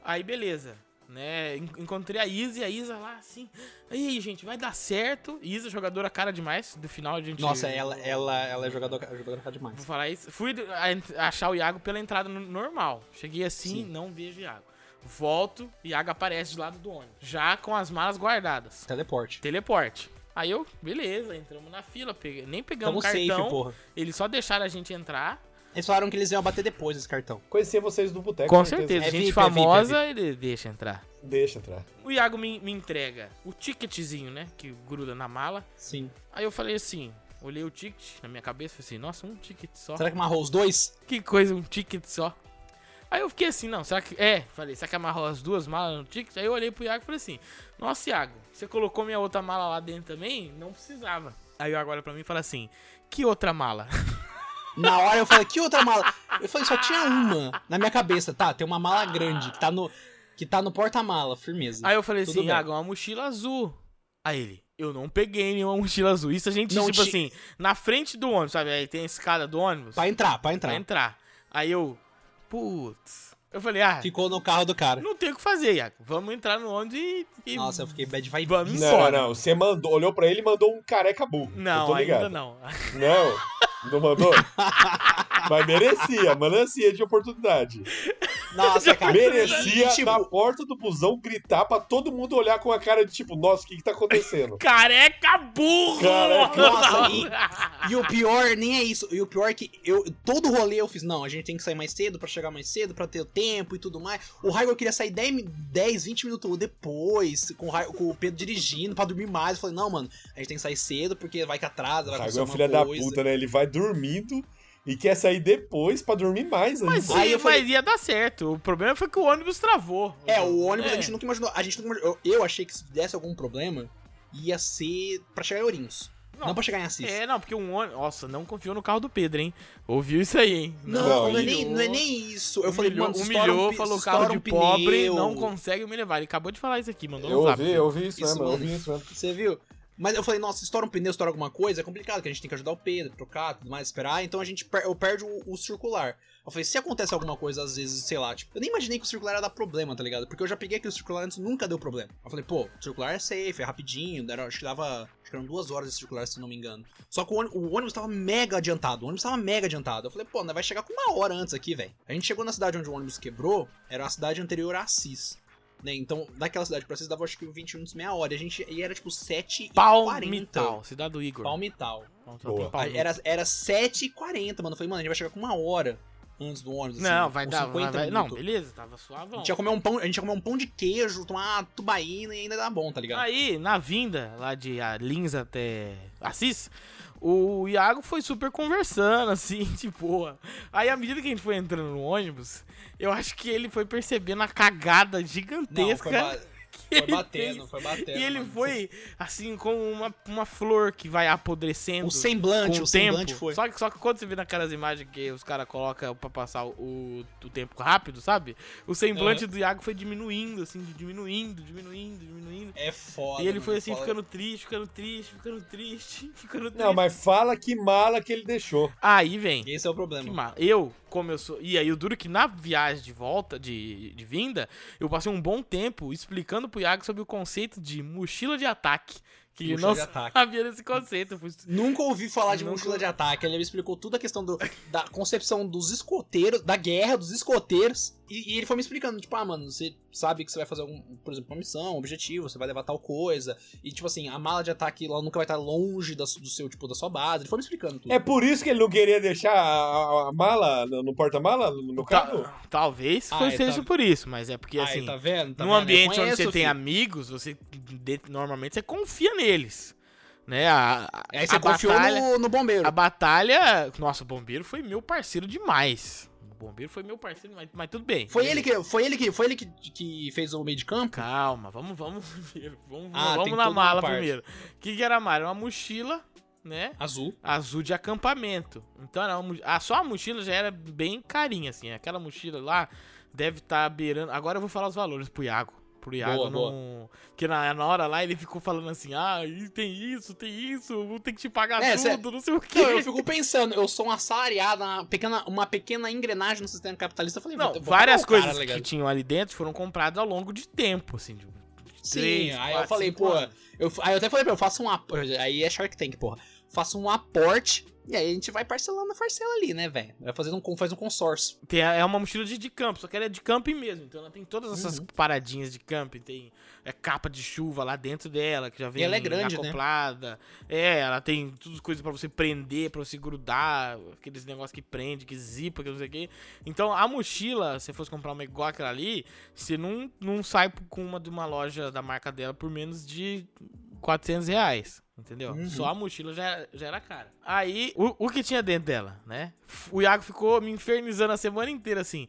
C: Aí, beleza. Né? En- Encontrei a Isa e a Isa lá assim. Aí, gente, vai dar certo. Isa, jogadora cara demais. Do final a gente.
A: Nossa, ela, ela, ela é jogadora, jogadora cara
C: Vou
A: demais.
C: falar isso. Fui a- ent- achar o Iago pela entrada no- normal. Cheguei
A: Sim.
C: assim, não vejo Iago. Volto, Iago aparece do lado do ônibus. Já com as malas guardadas.
A: Teleporte.
C: Teleporte. Aí eu, beleza, entramos na fila, pegue- nem
A: Tamo
C: pegamos o cartão.
A: safe, porra.
C: Eles só deixaram a gente entrar.
A: Eles falaram que eles iam bater depois esse cartão.
B: Conhecia vocês do boteco.
C: Com certeza,
A: É
C: gente
A: VIP, é VIP, é
C: famosa, ele deixa entrar.
B: Deixa entrar.
C: O Iago me, me entrega o ticketzinho, né? Que gruda na mala.
A: Sim.
C: Aí eu falei assim, olhei o ticket na minha cabeça, falei assim, nossa, um ticket só.
A: Será que amarrou os dois?
C: Que coisa, um ticket só. Aí eu fiquei assim, não, será que. É, falei, será que amarrou as duas malas no ticket? Aí eu olhei pro Iago e falei assim, nossa, Iago, você colocou minha outra mala lá dentro também? Não precisava. Aí o Iago olha pra mim e fala assim, que outra mala?
A: Na hora eu falei, que outra mala? Eu falei, só tinha uma na minha cabeça. Tá, tem uma mala grande que tá no, que tá no porta-mala, firmeza.
C: Aí eu falei
A: Tudo
C: assim,
A: bem.
C: Iago, uma mochila azul. Aí ele, eu não peguei nenhuma mochila azul. Isso a gente,
A: Não
C: tipo
A: ti-
C: assim, na frente do ônibus, sabe? Aí tem a escada do ônibus.
A: Pra entrar, pra
C: pra
A: entrar.
C: entrar. Aí eu, putz. Eu falei, ah,
A: Ficou no carro do cara.
C: não tem o que fazer, Iago. Vamos entrar no ônibus e. e-
A: né?" Nossa, eu fiquei bad vibe.
C: Vamos
B: Não, não. Você mandou, olhou pra ele e mandou um careca burro. Eu
C: Não, [LAUGHS]
B: tô
C: ainda
B: ligado.
C: não. [LAUGHS]
B: Não? Não mandou? Mas merecia, merecia de oportunidade.
C: [LAUGHS]
A: Nossa,
C: Tá
A: cara.
B: Merecia
A: E, tipo,
B: na porta do busão gritar pra todo mundo olhar com a cara de tipo, nossa, o que que tá acontecendo?
C: Careca burro! [LAUGHS]
B: Careca-
A: Nossa, E o pior nem é isso. E o pior é que eu todo rolê eu fiz, não, a gente tem que sair mais cedo pra chegar mais cedo, pra ter o tempo e tudo mais. O Raigor queria sair 10, mi- 10 20 minutos depois, com o, Ra- com o Pedro dirigindo pra dormir mais. Eu falei, não, mano, a gente tem que sair cedo porque vai que atrasa, vai acontecer
B: Raigo é um filho
A: alguma
B: da
A: coisa.
B: puta, né? Ele vai dormindo e quer sair depois pra dormir mais né? ainda.
C: Mas,
A: Aí
C: sim,
A: eu falei-
C: mas ia dar certo. O problema foi que o ônibus travou.
A: É, o ônibus
C: É.
A: a gente nunca imaginou. A gente nunca imaginou- eu, eu achei que se desse algum problema, ia ser pra chegar em Ourinhos. Não,
C: Não.
A: pra chegar em Assis.
C: É, não, porque um ônibus. Nossa, não confiou no carro do Pedro, hein? Ouviu isso aí, hein?
A: Não, não, é,
C: humilhou.
A: nem, não é nem isso. Eu falei,
C: humilhou,
A: mano, se estoura um
C: humilhou
A: pi-
C: falou
A: se
C: carro
A: estoura um
C: de pobre,
A: pneu-
C: não consegue me levar. Ele acabou de falar isso aqui, mandou
B: Eu
C: no zap.
B: ouvi, eu ouvi isso,
A: Isso,
C: é
B: né, mano?
A: mano.
B: Eu
C: um
B: ouvi isso, né?
A: Você viu? Mas eu falei, nossa, se estoura um pneu, estoura alguma coisa, é complicado, que a gente tem que ajudar o Pedro, trocar, tudo mais, esperar. Então a gente per eu perde o, o circular. Eu falei, se acontece alguma coisa, às vezes, sei lá, tipo, eu nem imaginei que o circular ia dar problema, tá ligado? Porque eu já peguei aquele circular antes e nunca deu problema. Eu falei, pô, o circular é safe, é rapidinho, era, acho que dava. Acho que eram duas horas de circular, se não me engano. Só que o, ôni- o ônibus tava mega adiantado, o ônibus tava mega adiantado. Eu falei, pô, nós vai chegar com uma hora antes aqui, velho. A gente chegou na cidade onde o ônibus quebrou, era a cidade anterior a Assis né? Então, daquela cidade pra vocês dava acho que 20 minutos, meia hora. E, a gente, e era tipo 7 e 40.
C: Palmital, cidade do Igor.
A: Palmital.
C: Não, só
B: Boa.
C: tem Palmital.
A: Ah, Era, era 7 e 40, mano. Eu falei, mano, a gente vai chegar com uma hora antes do ônibus.
C: Não,
A: assim,
C: vai
A: com
C: dar. Vai, vai- não,
A: minutos.
C: beleza, tava suavão.
A: A gente, ia comer um pão, a gente ia comer um pão de queijo, tomar uma tubaína e ainda dá bom, tá ligado?
C: Aí, na vinda lá de ah, Lins até Assis, o Iago foi super conversando, [LAUGHS] assim, de boa. Aí, à medida que a gente foi entrando no ônibus, eu acho que ele foi percebendo a cagada
A: não, foi,
C: gigantesca
A: ba-
C: que
A: foi
C: ele
A: batendo,
C: fez.
A: foi batendo.
C: E ele
A: mano.
C: foi, assim, como uma, uma flor que vai apodrecendo
A: O
C: com
A: semblante,
C: o
A: o
C: tempo.
A: semblante foi.
C: Só, que, só que quando você vê naquelas imagens que os caras colocam pra passar o, o tempo rápido, sabe? O
A: É.
C: semblante do Iago foi diminuindo, assim, diminuindo, diminuindo, diminuindo.
A: É foda.
C: E ele
A: mano,
C: foi assim,
A: foda.
C: ficando triste, ficando triste, ficando triste, [LAUGHS] ficando triste.
B: Não, mas fala que mala que ele deixou.
C: Aí vem.
A: Esse é o
C: que
A: problema.
C: ma- Eu, como eu sou. E aí, o duro é que na viagem de volta, de, de vinda, eu passei um bom tempo explicando pro Iago sobre o conceito de mochila de ataque. Que
A: Mochila
C: não
A: de ataque.
C: [LAUGHS] sabia desse conceito. eu fui-
A: Nunca ouvi falar de
C: Nunca-
A: mochila de ataque. Ele me explicou toda a questão do- da concepção dos escoteiros, da guerra dos escoteiros. E, e ele foi me explicando, tipo, ah, mano, você sabe que você vai fazer, algum, por exemplo, uma missão, um objetivo, você vai levar tal coisa. E, tipo assim, a mala de ataque ela nunca vai estar longe da, su- do seu, tipo, da sua base. Ele foi me explicando tudo.
B: É por isso que ele não queria deixar a, a- a mala no, no porta-mala, no, no carro?
C: Ta- Tá, talvez
A: Ah,
C: foi-
A: é,
C: seja
A: tá-
C: por isso, mas é porque
A: Aí,
C: assim.
A: tá vendo? Tá vendo?
C: num
A: Eu
C: ambiente onde
A: conheço,
C: você tem
A: filho.
C: amigos, você de- normalmente você confia neles. Né? A, a-
A: Aí você
C: a
A: confiou
C: batalha-
A: no, no bombeiro.
C: A batalha. Nossa, o bombeiro foi meu parceiro demais. O bombeiro foi meu parceiro demais, mas tudo bem.
A: Foi ele que, foi ele que, foi ele que, que fez o meio de campo?
C: Calma, vamos, vamos [LAUGHS] primeiro. Vamos,
A: Ah, tem
C: vamos na
A: toda uma
C: mala
A: parte.
C: primeiro. O que, que era a mala? Era uma mochila, né?
A: Azul.
C: Azul de acampamento. Então era uma, mo- ah, só a mochila já era bem carinha, assim. Aquela mochila lá deve estar beirando. Agora eu vou falar os valores pro Iago. Pro Iago
A: Boa,
C: não. Que na, na hora lá ele ficou falando assim: ah, e tem isso, tem isso, vou ter que te pagar
A: É,
C: tudo,
A: cê-
C: não sei o quê. [LAUGHS]
A: Não, eu fico pensando, eu sou um assalariado, uma pequena, uma pequena engrenagem no sistema capitalista. Eu falei, vou-
C: Não,
A: vou pegar
C: várias
A: o cara,
C: coisas
A: tá ligado?
C: que tinham ali dentro foram compradas ao longo de tempo, assim. De, de
A: Sim,
C: três,
A: aí eu
C: quatro,
A: falei,
C: cinco
A: pô,
C: anos.
A: Eu, aí eu até falei pra ele, eu faço um aporte. Aí é Shark Tank, porra. Faço um aporte e aí a gente vai parcelando a parcela ali, né, velho? Vai fazendo um, con- faz um consórcio.
C: Tem, a- é uma mochila de, de camping, só que ela é de camping mesmo. Então ela tem todas essas
A: Uhum.
C: paradinhas de camping. Tem é, capa de chuva lá dentro dela, que já vem
A: ela é grande, né?
C: acoplada. É, ela tem tudo coisas pra você prender, pra você grudar, aqueles negócios que prende, que zipa, que não sei o quê. Então a mochila, se você fosse comprar uma igual aquela ali, você não, não sai com uma de uma loja da marca dela por menos de 400 reais. Entendeu?
A: Uhum.
C: Só a mochila já, era- já era cara. Aí, o, o que tinha dentro dela, né? O Iago ficou me infernizando a semana inteira assim.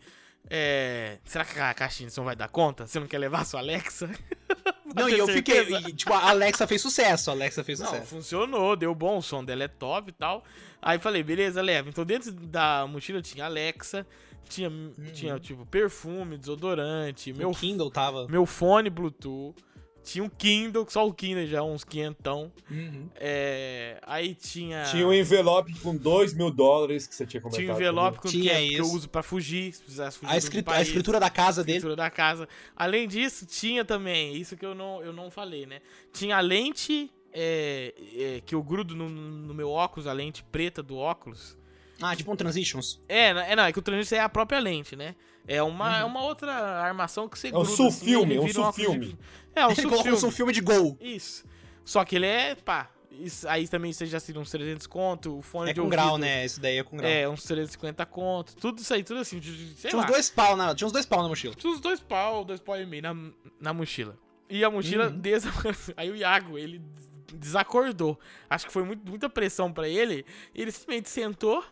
C: É, será que a caixinha de som vai dar conta? Você não quer levar a sua Alexa?
A: [LAUGHS] Não, e
C: ter
A: eu fiquei. é.
C: certeza.
A: e, tipo, a Alexa fez sucesso, a Alexa fez
C: Não,
A: sucesso.
C: funcionou, deu bom, o som dela é top e tal. Aí falei, beleza, leva. Então dentro da mochila tinha Alexa, tinha, tinha tipo perfume, desodorante, meu
A: Meu Uhum. Kindle tava.
C: meu fone Bluetooth, tinha um Kindle, que só o Kindle já é uns quinhentão.
A: Uhum.
C: É, aí tinha.
B: Tinha um envelope com 2 mil dólares que você tinha comentado.
C: tinha um envelope com
A: Tinha
C: que, é- que eu
A: isso.
C: uso pra fugir, se precisasse fugir
A: A,
C: do
A: escritu- a
C: país,
A: escritura da casa
C: a
A: dele.
C: escritura da casa. Além disso, tinha também, isso que eu não, eu não falei, né? Tinha a lente é, é, que eu grudo no, no meu óculos, a lente preta do óculos.
A: Ah, tipo um Transitions.
C: É, não- é, não, é que o transistor é a própria lente, né? É uma,
A: Uhum.
C: é uma outra armação que você
B: É um
C: gruda, assim,
B: sulfilme,
C: ele
B: é um
C: vira uma coisa
B: sulfilme.
C: de- É, um
A: [LAUGHS] Ele colocou um
C: sulfilme.
A: filme de gol.
C: Isso. Só que ele é, pá, isso- aí também você já seria uns 300 conto, o fone
A: É
C: de
A: com
C: ouvido.
A: grau, né? Esse daí é com grau.
C: É, uns 350 conto, tudo isso aí, tudo assim, de- de- sei
A: Tinha uns
C: lá.
A: dois pau na, tinha uns dois pau na mochila.
C: Tinha uns dois pau, dois pau e meio na, na mochila. E a mochila
A: Uhum.
C: desapareceu. [LAUGHS] Aí o Iago, ele desacordou. Acho que foi muito- muita pressão pra ele. E ele simplesmente sentou.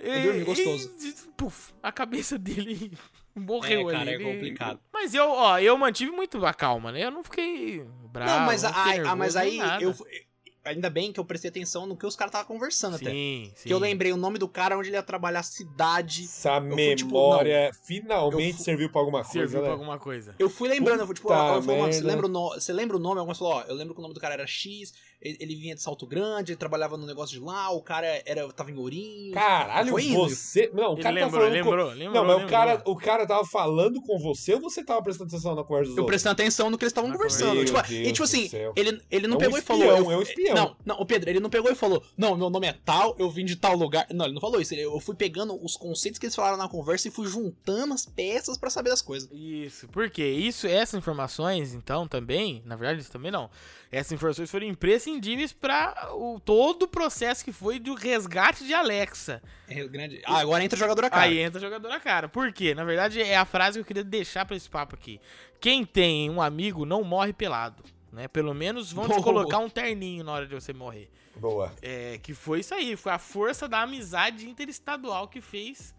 C: E,
A: dormi gostoso.
C: e des- puf, a cabeça dele [LAUGHS] morreu
A: É, cara,
C: ali.
A: é
C: Ele-
A: complicado.
C: Mas eu, ó, eu mantive muito a calma, né? Eu não fiquei bravo.
A: não, mas,
C: não fiquei
A: a- ah, mas
C: tá um nervoso, nem
A: aí
C: nada.
A: eu. Ainda bem que eu prestei atenção no que os caras estavam conversando até.
C: Sim, sim.
A: Que eu lembrei o nome do cara, onde ele ia trabalhar, a cidade.
B: Essa
A: fui, tipo,
B: memória
A: Eu
B: finalmente
A: fui-
B: serviu pra alguma coisa,
C: Serviu pra
B: né?
C: alguma coisa.
A: Eu fui lembrando, eu fui, tipo,
B: Puta
A: eu falei, mano, você
B: merda.
A: lembra, o no- você lembra o nome? Algumas falou, ó, eu lembro que o nome do cara era X, ele, ele vinha de Salto Grande, ele trabalhava no negócio de lá, o cara era, tava em Ourinho.
B: Caralho,
A: Foi indo.
B: você. Não, o
C: Ele
B: cara tava
C: lembrou,
B: falando com-
C: lembrou, lembrou.
B: Não, mas o
C: lembrou.
B: cara, o cara tava falando com você ou você tava prestando atenção na conversa dos
A: eu
B: outros?
A: prestei atenção no que eles estavam
C: Meu
A: conversando. Tipo,
B: Deus
A: e tipo
B: do
A: assim,
B: céu.
A: ele, ele não
B: É um
A: pegou
B: espião,
A: e falou. eu-
B: é um espião.
A: Não, não, o Pedro, ele não pegou e falou, não, meu nome é tal, eu vim de tal lugar. Não, ele não falou isso. ele- eu fui pegando os conceitos que eles falaram na conversa e fui juntando as peças pra saber das coisas.
C: Isso, porque isso, essas informações, então, também, na verdade, isso também não. Essas informações foram imprescindíveis para o, todo o processo que foi do resgate de Alexa.
A: É grande. Ah, agora entra o jogador a cara.
C: Aí entra jogador na cara. Por quê? Na verdade, é a frase que eu queria deixar pra esse papo aqui. Quem tem um amigo não morre pelado. Né? Pelo
B: [LAUGHS]
C: menos vão te
A: Boa.
C: colocar um terninho na hora de você morrer.
B: Boa.
C: É, que foi isso aí, foi a força da amizade interestadual que fez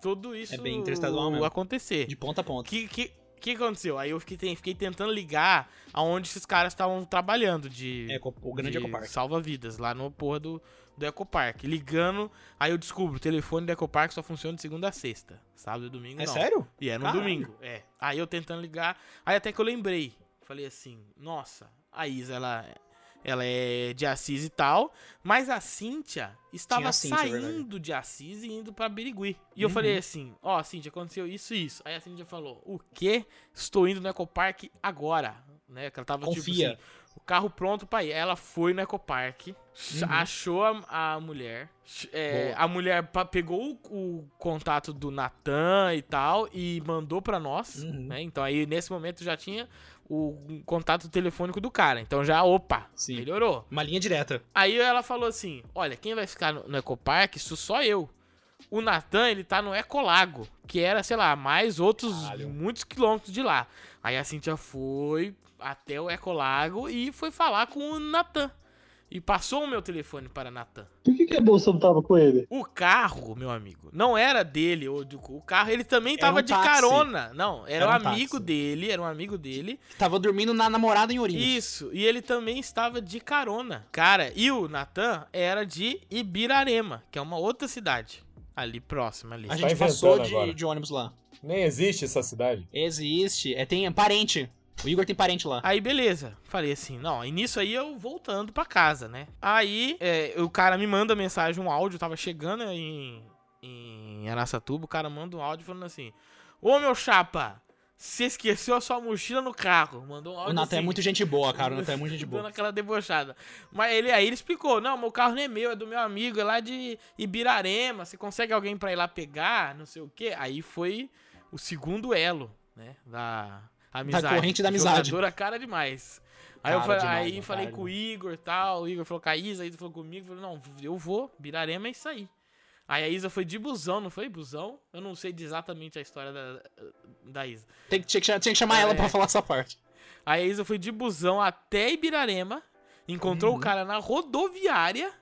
C: tudo isso
A: É bem interestadual mesmo.
C: acontecer.
A: De ponta a ponta.
C: que, que, que aconteceu? Aí eu fiquei, ten- fiquei tentando ligar aonde esses caras estavam trabalhando de,
A: É, o grande
C: de
A: ecoparque.
C: salva-vidas, lá no porra do, do Ecopark. Ligando, aí eu descubro, o telefone do Ecopark só funciona de segunda a sexta. Sábado e domingo
A: É
C: não.
A: sério?
C: E é no
A: Caralho.
C: domingo, é. Aí eu tentando ligar, aí até que eu lembrei. Falei assim, nossa, a Isa, ela, ela é de Assis e tal, mas a Cíntia estava
A: a Cíntia, é verdade.
C: saindo de Assis e indo pra Birigui. E eu
A: Uhum.
C: falei assim, ó, Cíntia, aconteceu isso e isso. Aí a Cíntia falou, o quê? Estou indo no Ecopark agora. Né, que ela tava tipo
A: Confia.
C: assim, o carro pronto pra ir. Ela foi no Ecopark, ch- achou a, a mulher. ch- é,
A: Boa.
C: a mulher pa- pegou o, o contato do Natan e tal e mandou pra nós.
A: Uhum.
C: né? Então aí nesse momento já tinha o um contato telefônico do cara. Então já, opa,
A: Sim.
C: melhorou.
A: Uma linha direta.
C: Aí ela falou assim: Olha, quem vai ficar no, no Ecopark, sou só eu. O Natan, ele tá no Ecolago, que era, sei lá, mais outros
B: Caralho.
C: muitos quilômetros de lá. Aí a Cintia foi até o Ecolago e foi falar com o Natan. E passou o meu telefone para Natan.
F: Por que, que a bolsa não tava com ele?
C: O carro, meu amigo, não era dele. ou do- O carro, ele também
A: Era
C: tava
A: um
C: de
A: táxi.
C: carona. Não,
A: Era
C: era,
A: um
C: um amigo
A: táxi.
C: dele, era um amigo dele.
A: Tava dormindo na namorada em Ourinhos.
C: Isso, e ele também estava de carona. Cara, e o Natan era de Ibirarema, que é uma outra cidade. Ali próxima ali.
A: A
B: Tá
A: gente passou
B: inventando
A: de,
B: agora.
A: de ônibus lá.
B: Nem existe essa cidade.
A: Existe. É, tem parente. O Igor tem parente lá.
C: Aí beleza, falei assim, não, e nisso aí eu voltando pra casa, né? Aí é, o cara me manda mensagem, um áudio, eu tava chegando em, em Araçatuba, o cara manda um áudio falando assim, ô meu chapa, você esqueceu a sua mochila no carro, mandou um áudio
A: O Nathan é
C: assim.
A: muito gente boa, cara. O Nathan é muito
C: [LAUGHS]
A: gente
C: Dando
A: boa.
C: aquela debochada. Mas ele aí ele explicou: não, meu carro não é meu, é do meu amigo, é lá de Ibirarema. Você consegue alguém pra ir lá pegar? Não sei o quê. Aí foi o segundo elo, né? Da amizade.
A: corrente da amizade.
C: Jogadora cara demais. Aí eu
A: Cara
C: falei,
A: demais,
C: aí
A: né,
C: falei
A: cara?
C: com o Igor e tal. O Igor falou com a Isa, a Isa falou comigo. Falei, não, eu vou, Birarema é isso aí. Aí a Isa foi de busão, não foi? Busão? Eu não sei de exatamente a história da, da Isa.
A: Tem que, tinha, que, cha- tinha que chamar ela
C: É.
A: pra falar essa parte.
C: Aí a Isa foi de busão até Ibirarema, encontrou
A: Uhum.
C: o cara na rodoviária,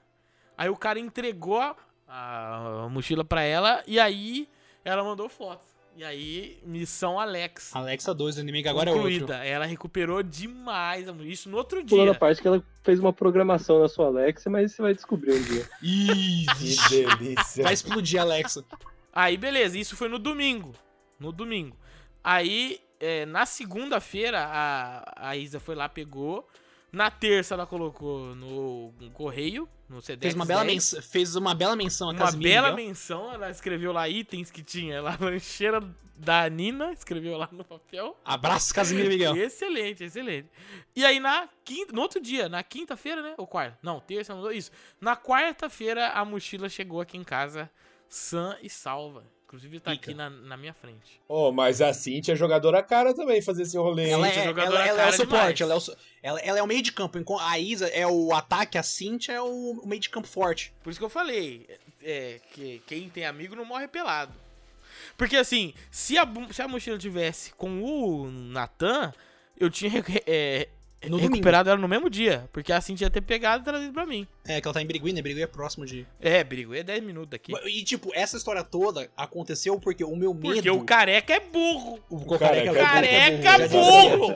C: aí o cara entregou a, a mochila pra ela e aí ela mandou foto. E aí, missão Alex.
A: Alexa 2, o inimigo agora é outro.
C: Ela recuperou demais a mochila. Isso no outro
F: Pulando a
C: dia.
F: parte que ela fez uma programação na sua Alexa, mas você vai descobrir um dia.
B: Que
A: Ih,
B: delícia.
A: Vai explodir,
C: [LAUGHS]
A: Alexa.
C: Aí, beleza, isso foi no domingo. No domingo. Aí, é, na segunda-feira, a, a Isa foi lá, pegou. Na terça ela colocou no correio, no CDX.
A: Fez uma, bela
C: 10.
A: menção, fez uma bela menção a
C: Uma
A: Casimiro.
C: bela
A: Miguel.
C: menção, ela escreveu lá itens que tinha. Ela, a lancheira da Nina, escreveu lá no papel.
A: Abraço,
C: [LAUGHS]
A: Casimiro Miguel.
C: Excelente, excelente. E aí na quinta, no outro dia, na quinta-feira, né? Ou quarta? Não, terça, não, isso. Na quarta-feira a mochila chegou aqui em casa sã e salva. Inclusive tá
A: Pica.
C: aqui na, na minha frente.
B: Oh, mas a Cintia é jogadora cara também fazer esse rolê. hein?
A: Ela
C: Gente,
A: é,
C: a
A: ela,
C: jogadora
A: ela é o
C: cara demais.
A: suporte, ela é o, su- ela, ela é o meio de campo. enquanto A Isa é o ataque, a Cintia é o, o meio de campo forte.
C: Por isso que eu falei é, que quem tem amigo não morre pelado. Porque assim, se a, bu- se a mochila tivesse com o Natan, eu tinha recu- é,
A: No
C: recuperado ela no mesmo dia. Porque a Cintia ia ter pegado e trazido pra mim.
A: É, que ela tá em Birigui, né? Birigui é próximo de...
C: É, Brigo, é 10 minutos daqui.
A: E, tipo, essa história toda aconteceu porque o meu medo...
C: Porque o careca é burro.
A: o é
B: careca-
C: é Careca
A: já dizia-
C: burro!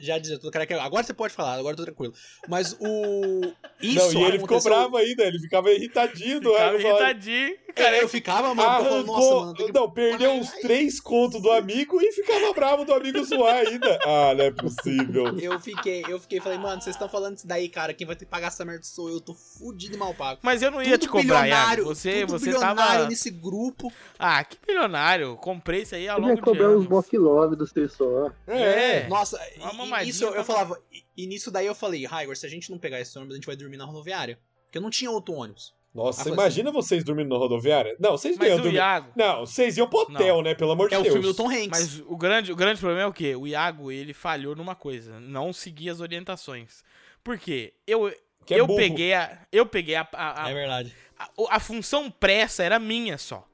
A: Já dizia tudo, careca... Agora você pode falar, agora eu tô tranquilo. Mas o...
B: Não,
A: é Isso
B: e ele ficou
A: aconteceu-
B: bravo ainda, ele ficava irritadinho.
C: Ficava
B: né? Eu falava,
C: irritadinho.
A: É,
C: Careca.
A: eu ficava, mano, eu falava, nossa,
B: Ah, Arrancou,
A: mano, tem que...
B: não, perdeu uns três contos do amigo e ficava bravo do amigo zoar
A: [LAUGHS]
B: ainda. Ah, não é possível.
A: Eu fiquei, eu fiquei, falei, mano, vocês estão falando isso daí, cara. Quem vai ter que pagar essa merda sou eu, tô fudido e mal pago.
C: Mas eu não ia te cobrar, Iago. Você,
A: tudo
C: você
A: bilionário
C: tava.
A: nesse grupo.
C: Ah, que bilionário. Comprei isso aí ao
F: Ele ia
C: longo de
F: cobrar uns
C: anos.
F: Bock Love do seu só. Um
B: É.
C: É.
A: Nossa,
C: Uma
A: e,
C: mamadinha
A: isso eu
C: pra-
A: falava. E, e nisso daí eu falei, Raigor, se a gente não pegar esse ônibus, a gente vai dormir na rodoviária. Porque não tinha outro ônibus.
B: Nossa,
A: Ah,
B: imagina vocês dormindo na rodoviária. Não, vocês não
C: Mas
B: iam
C: o
A: né?
B: dormir.
C: Iago.
B: Não, vocês iam pro hotel, né? Pelo amor de
A: É o
B: Deus.
A: filme do Tom Hanks.
C: Mas o grande, o grande problema é o quê? O Iago, ele falhou numa coisa. Não seguir as orientações. Por quê? Eu,
B: Que é
C: eu
B: burro.
C: peguei a... Eu peguei a... a, a-
A: É verdade.
C: a- a função pressa era minha só.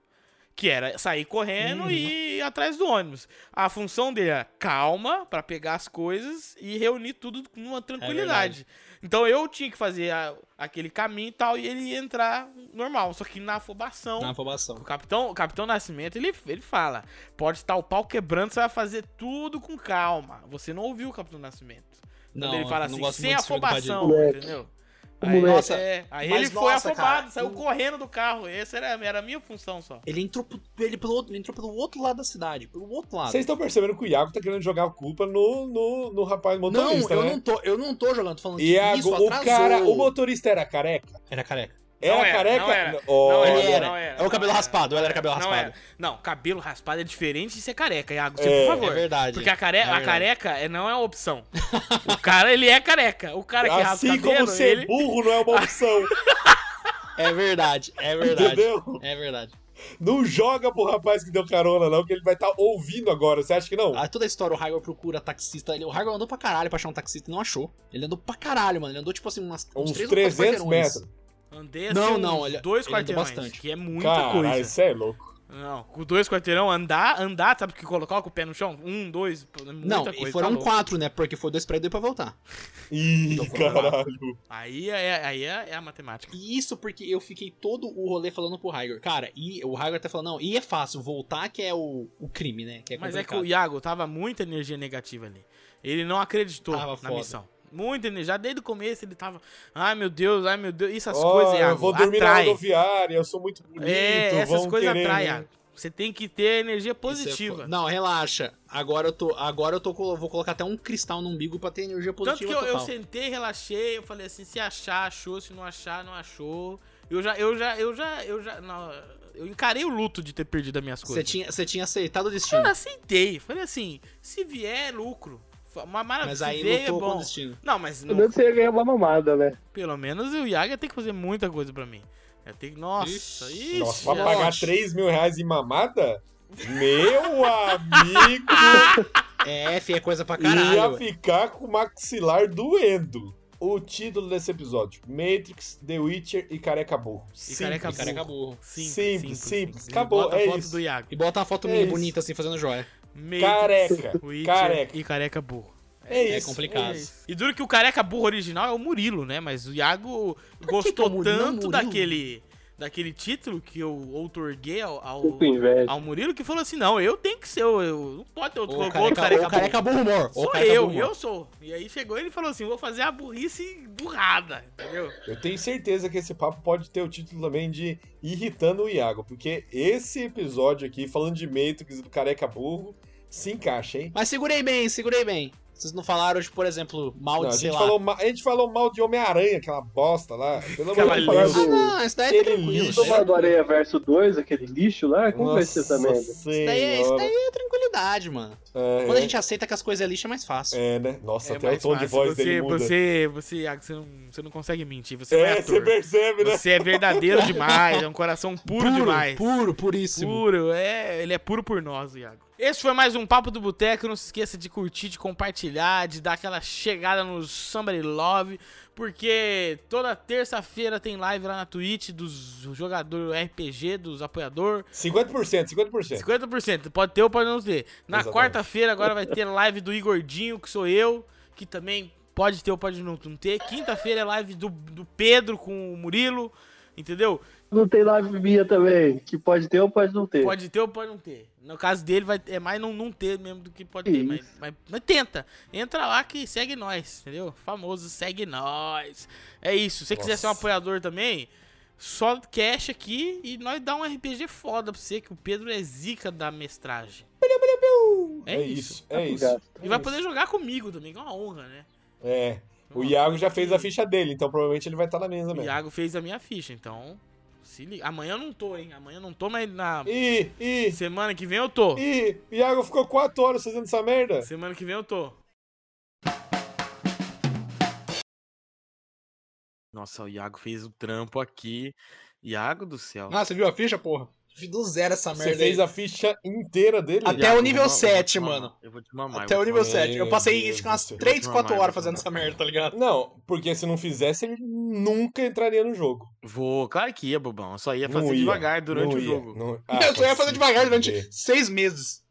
C: Que era sair correndo e ir atrás do ônibus. A função dele era calma pra pegar as coisas e reunir tudo com uma tranquilidade. então eu tinha que fazer a- aquele caminho e tal, e ele ia entrar normal. Só que na afobação.
A: Na aprovação.
C: O capitão, o capitão Nascimento, ele, ele fala: pode estar o pau quebrando, você vai fazer tudo com calma. Você não ouviu o capitão Nascimento. Quando
A: Não,
C: ele fala
A: eu não
C: assim,
A: gosto
C: sem
A: muito desse filme do
C: afobação,
F: Moleque.
C: entendeu?
F: O
C: Aí,
F: moleque.
C: nossa, é, aí
A: Mas
C: ele foi
A: nossa,
C: afobado,
A: cara,
C: saiu
A: o-
C: correndo do carro. Essa era, era a minha função só.
A: Ele entrou, pro- ele, pelo outro, ele entrou pelo outro lado da cidade. Pelo outro lado.
B: Vocês estão percebendo que o Iago tá querendo jogar a culpa no, no, no rapaz
A: Não,
B: motorista,
A: eu
B: né?
A: não tô, eu não tô jogando, tô falando que
B: Iago,
A: isso
B: o
A: atrasou.
B: cara, o motorista era careca?
A: Era careca.
B: Era,
C: Não era,
B: careca?
C: não era.
B: Olha,
A: Ele era.
C: não era,
A: É o cabelo
C: não era,
A: raspado, ela era cabelo
C: Não,
A: raspado.
C: era. não, cabelo raspado é diferente de ser careca, Iago. Você,
B: É,
C: por
A: É
C: favor.
A: verdade.
C: porque a, care...
A: É
C: a
A: verdade.
C: careca é- não é uma opção. O cara, ele é careca. O cara que raspa
B: Assim
C: cabelo,
B: como ser
C: ele...
B: burro não é uma
C: [LAUGHS]
B: opção,
A: É verdade, é verdade.
B: entendeu?
A: É verdade.
B: Não joga pro rapaz que deu carona, não, que ele vai estar ouvindo agora. Você acha que não?
A: Ah, toda a história, o Hagor procura taxista. Ele, o Hagor andou pra caralho pra achar um taxista e não achou. Ele andou pra caralho, mano. Ele andou, tipo assim, umas,
B: Uns
A: três ou quatro
B: 300
A: quarteirões.
B: metros.
C: Andei
A: Não,
C: assim, uns
A: não, ele-
C: dois
A: ele andou
C: quarteirões,
A: bastante.
C: que é muita
B: Caralho,
C: coisa.
B: você é louco.
C: Não, com dois quarteirão, andar, andar, sabe o que colocar com o pé no chão? Um, dois, pô, é muita
A: Não,
C: coisa.
A: e foram
C: tá louco.
A: quatro, né? Porque foi dois pra ir, dois pra voltar.
B: Ih,
C: Então
B: caralho.
C: Aí, é, aí é, é a matemática.
A: E isso porque eu fiquei todo o rolê falando pro Hagor. Cara, e o Hagor até falando, não, e é fácil, voltar que é o, o crime, né? Que é
C: Mas é que
A: complicado.
C: o Iago tava muita energia negativa ali. Ele não acreditou
A: Tava
C: na
A: foda.
C: missão. Muita energia. Já desde o começo ele tava. Ai meu Deus, ai meu Deus. Isso as
B: Ó,
C: coisas, Iago.
B: eu vou dormir
C: atrai.
B: na rodoviária, eu sou muito bonito.
C: É, essas
B: vão
C: coisas
B: querer,
C: atraem,
B: né?
C: Iago. Você tem que ter energia
A: Isso é
C: positiva.
A: fo- não, relaxa. Agora eu tô, agora eu tô, colo- vou colocar até um cristal no umbigo pra ter energia
C: Tanto
A: positiva
C: que eu, eu
A: total.
C: sentei, relaxei, eu falei assim, se achar, achou, se não achar, não achou. Eu já, eu já, eu já, eu já. não, eu encarei o luto de ter perdido as minhas
A: Você
C: coisas. Ah,
A: tinha, você tinha aceitado o destino,
C: Eu aceitei. Falei assim, se vier lucro, fa- uma maravilha.
A: mas
C: se
A: aí
C: vier, é
A: lutou com o
C: bom.
A: destino.
C: Não, mas
F: Pelo
C: não,
F: menos você ia ganhar uma mamada, né?
C: pelo menos o Iaga tem que fazer muita coisa pra mim. Eu tenho que. Nossa,
A: Ixi,
C: ixi.
B: Nossa, pra
C: já-
B: pagar 3 mil reais em mamada? Meu [LAUGHS] amigo
A: É, F é coisa pra
B: ia
A: caralho.
B: ficar com o maxilar doendo. O título desse episódio: Matrix, The Witcher e Careca Burro.
C: E Careca
A: E
B: Simples.
A: careca burro.
C: Simples,
B: Simples,
C: simples,
B: simples.
C: E
B: Acabou,
C: bota a
B: é
C: foto
B: isso.
C: do Iago.
A: E bota uma foto
B: É
A: minha
B: isso.
A: bonita assim, fazendo joia.
C: Meio
B: Careca.
C: [LAUGHS] Witcher
B: Careca.
C: e careca burro.
B: É
A: É
B: isso.
A: complicado.
C: E duro que o careca burro original é o Murilo, né? Mas o Iago
A: que é o
C: gostou
A: Murilo?
C: tanto
A: Murilo?
C: daquele, daquele título que eu outorguei ao, ao,
F: Fico com inveja.
C: ao Murilo que falou assim: não, eu tenho que ser, eu, eu não pode ter outro,
A: Ô,
C: outro
A: careca, é ô, é careca burro humor.
C: Sou eu, eu sou. E aí chegou ele e falou assim: vou fazer a burrice burrada, entendeu?
B: Eu tenho certeza que esse papo pode ter o título também de Irritando o Iago, porque esse episódio aqui, falando de Matrix e do Careca Burro, se encaixa, hein?
A: Mas segurei bem, segurei bem. Vocês não falaram, tipo, por exemplo, mal
B: Não, a,
A: de, sei
B: gente
A: lá.
B: falou ma- a gente falou mal de Homem-Aranha, aquela bosta lá. Pelo amor
C: Aquela
B: de Deus.
A: Ah,
F: lixo.
A: não, isso daí é
B: Aquele
A: tranquilo.
B: lixo.
A: Isso daí
F: Tomar do Areia Verso 2, aquele lixo
D: é
F: lá, como vai ser essa
B: Nossa
F: merda?
A: é, isso
B: Senhora.
A: daí é tranquilidade, mano.
B: É,
A: Quando a
B: é.
A: gente aceita que as coisas é lixo, é mais fácil.
B: É, né? Nossa,
C: É
B: até o
C: mais
B: tom de
C: fácil.
B: voz
C: você,
B: dele muda.
C: Você, você, ah, você, não, você não consegue mentir, você não é
B: é,
C: ator.
B: você percebe, né?
C: Você é verdadeiro demais, é um coração puro, demais.
A: puro, puríssimo.
C: Puro, é, ele é puro por nós, Iago. Esse foi mais um Papo do Boteco. Não se esqueça de curtir, de compartilhar, de dar aquela chegada no Somebody Love, porque toda terça-feira tem live lá na Twitch dos jogadores RPG, dos apoiadores.
B: 50%, 50%.
C: 50%, pode ter ou pode não ter. Na
B: É. Exatamente.
C: quarta-feira agora vai ter live do Igordinho, que sou eu, que também pode ter ou pode não ter. Quinta-feira é live do, do Pedro com o Murilo, entendeu?
F: Não tem live minha também, que pode ter ou pode não ter.
C: Pode ter ou pode não ter. No caso dele, vai, é mais não, não ter mesmo do que pode ter. Mas, mas, mas tenta. Entra lá que segue nós, entendeu? Famoso, segue nós. É isso. Se você quiser ser um
B: Nossa.
C: apoiador também, só cash aqui e nós dá um RPG foda pra você, que o Pedro é zica da mestragem. É, isso.
F: Tá
B: é isso.
C: E vai poder jogar comigo também, que é uma honra, né?
B: É. O
C: Uma
B: Iago
C: coisa
B: já fez
C: que-
B: a ficha dele, então provavelmente ele vai estar na mesa
C: O
B: mesmo.
C: Iago fez a minha ficha, então. Se liga. Amanhã eu não tô, hein? Amanhã eu não tô, mas na
B: Ih, ih,
C: semana que vem eu tô.
B: ih, o Iago ficou 4 horas fazendo essa merda.
C: Semana que vem eu tô. Nossa, o Iago fez o trampo aqui. Iago do céu.
A: Nossa, Ah, você viu a ficha, porra? Fiz do zero essa merda.
B: Você fez
A: aí.
B: a ficha inteira dele.
A: Até
C: Iago,
A: o nível
C: eu vou- eu vou te
A: 7,
C: mamar,
A: mano.
C: Eu vou te mamar. eu
A: Até
C: vou
A: o
C: te
A: nível
C: mamar.
A: 7. Eu passei
B: Meu
A: acho que umas
B: Deus,
A: 3,
C: eu vou te
A: 4
C: mamar,
A: horas
C: eu vou te
A: fazendo essa merda, tá ligado?
B: Não, porque se não fizesse, ele nunca entraria no jogo.
C: Vou, claro que ia, bobão. Eu só ia fazer
B: Não ia,
C: devagar durante
B: não
C: o
B: ia,
A: [LAUGHS]
C: jogo.
B: não- Ah,
A: Eu só ia
B: vai
A: fazer
B: se
A: devagar durante
B: fuder.
A: 6 meses.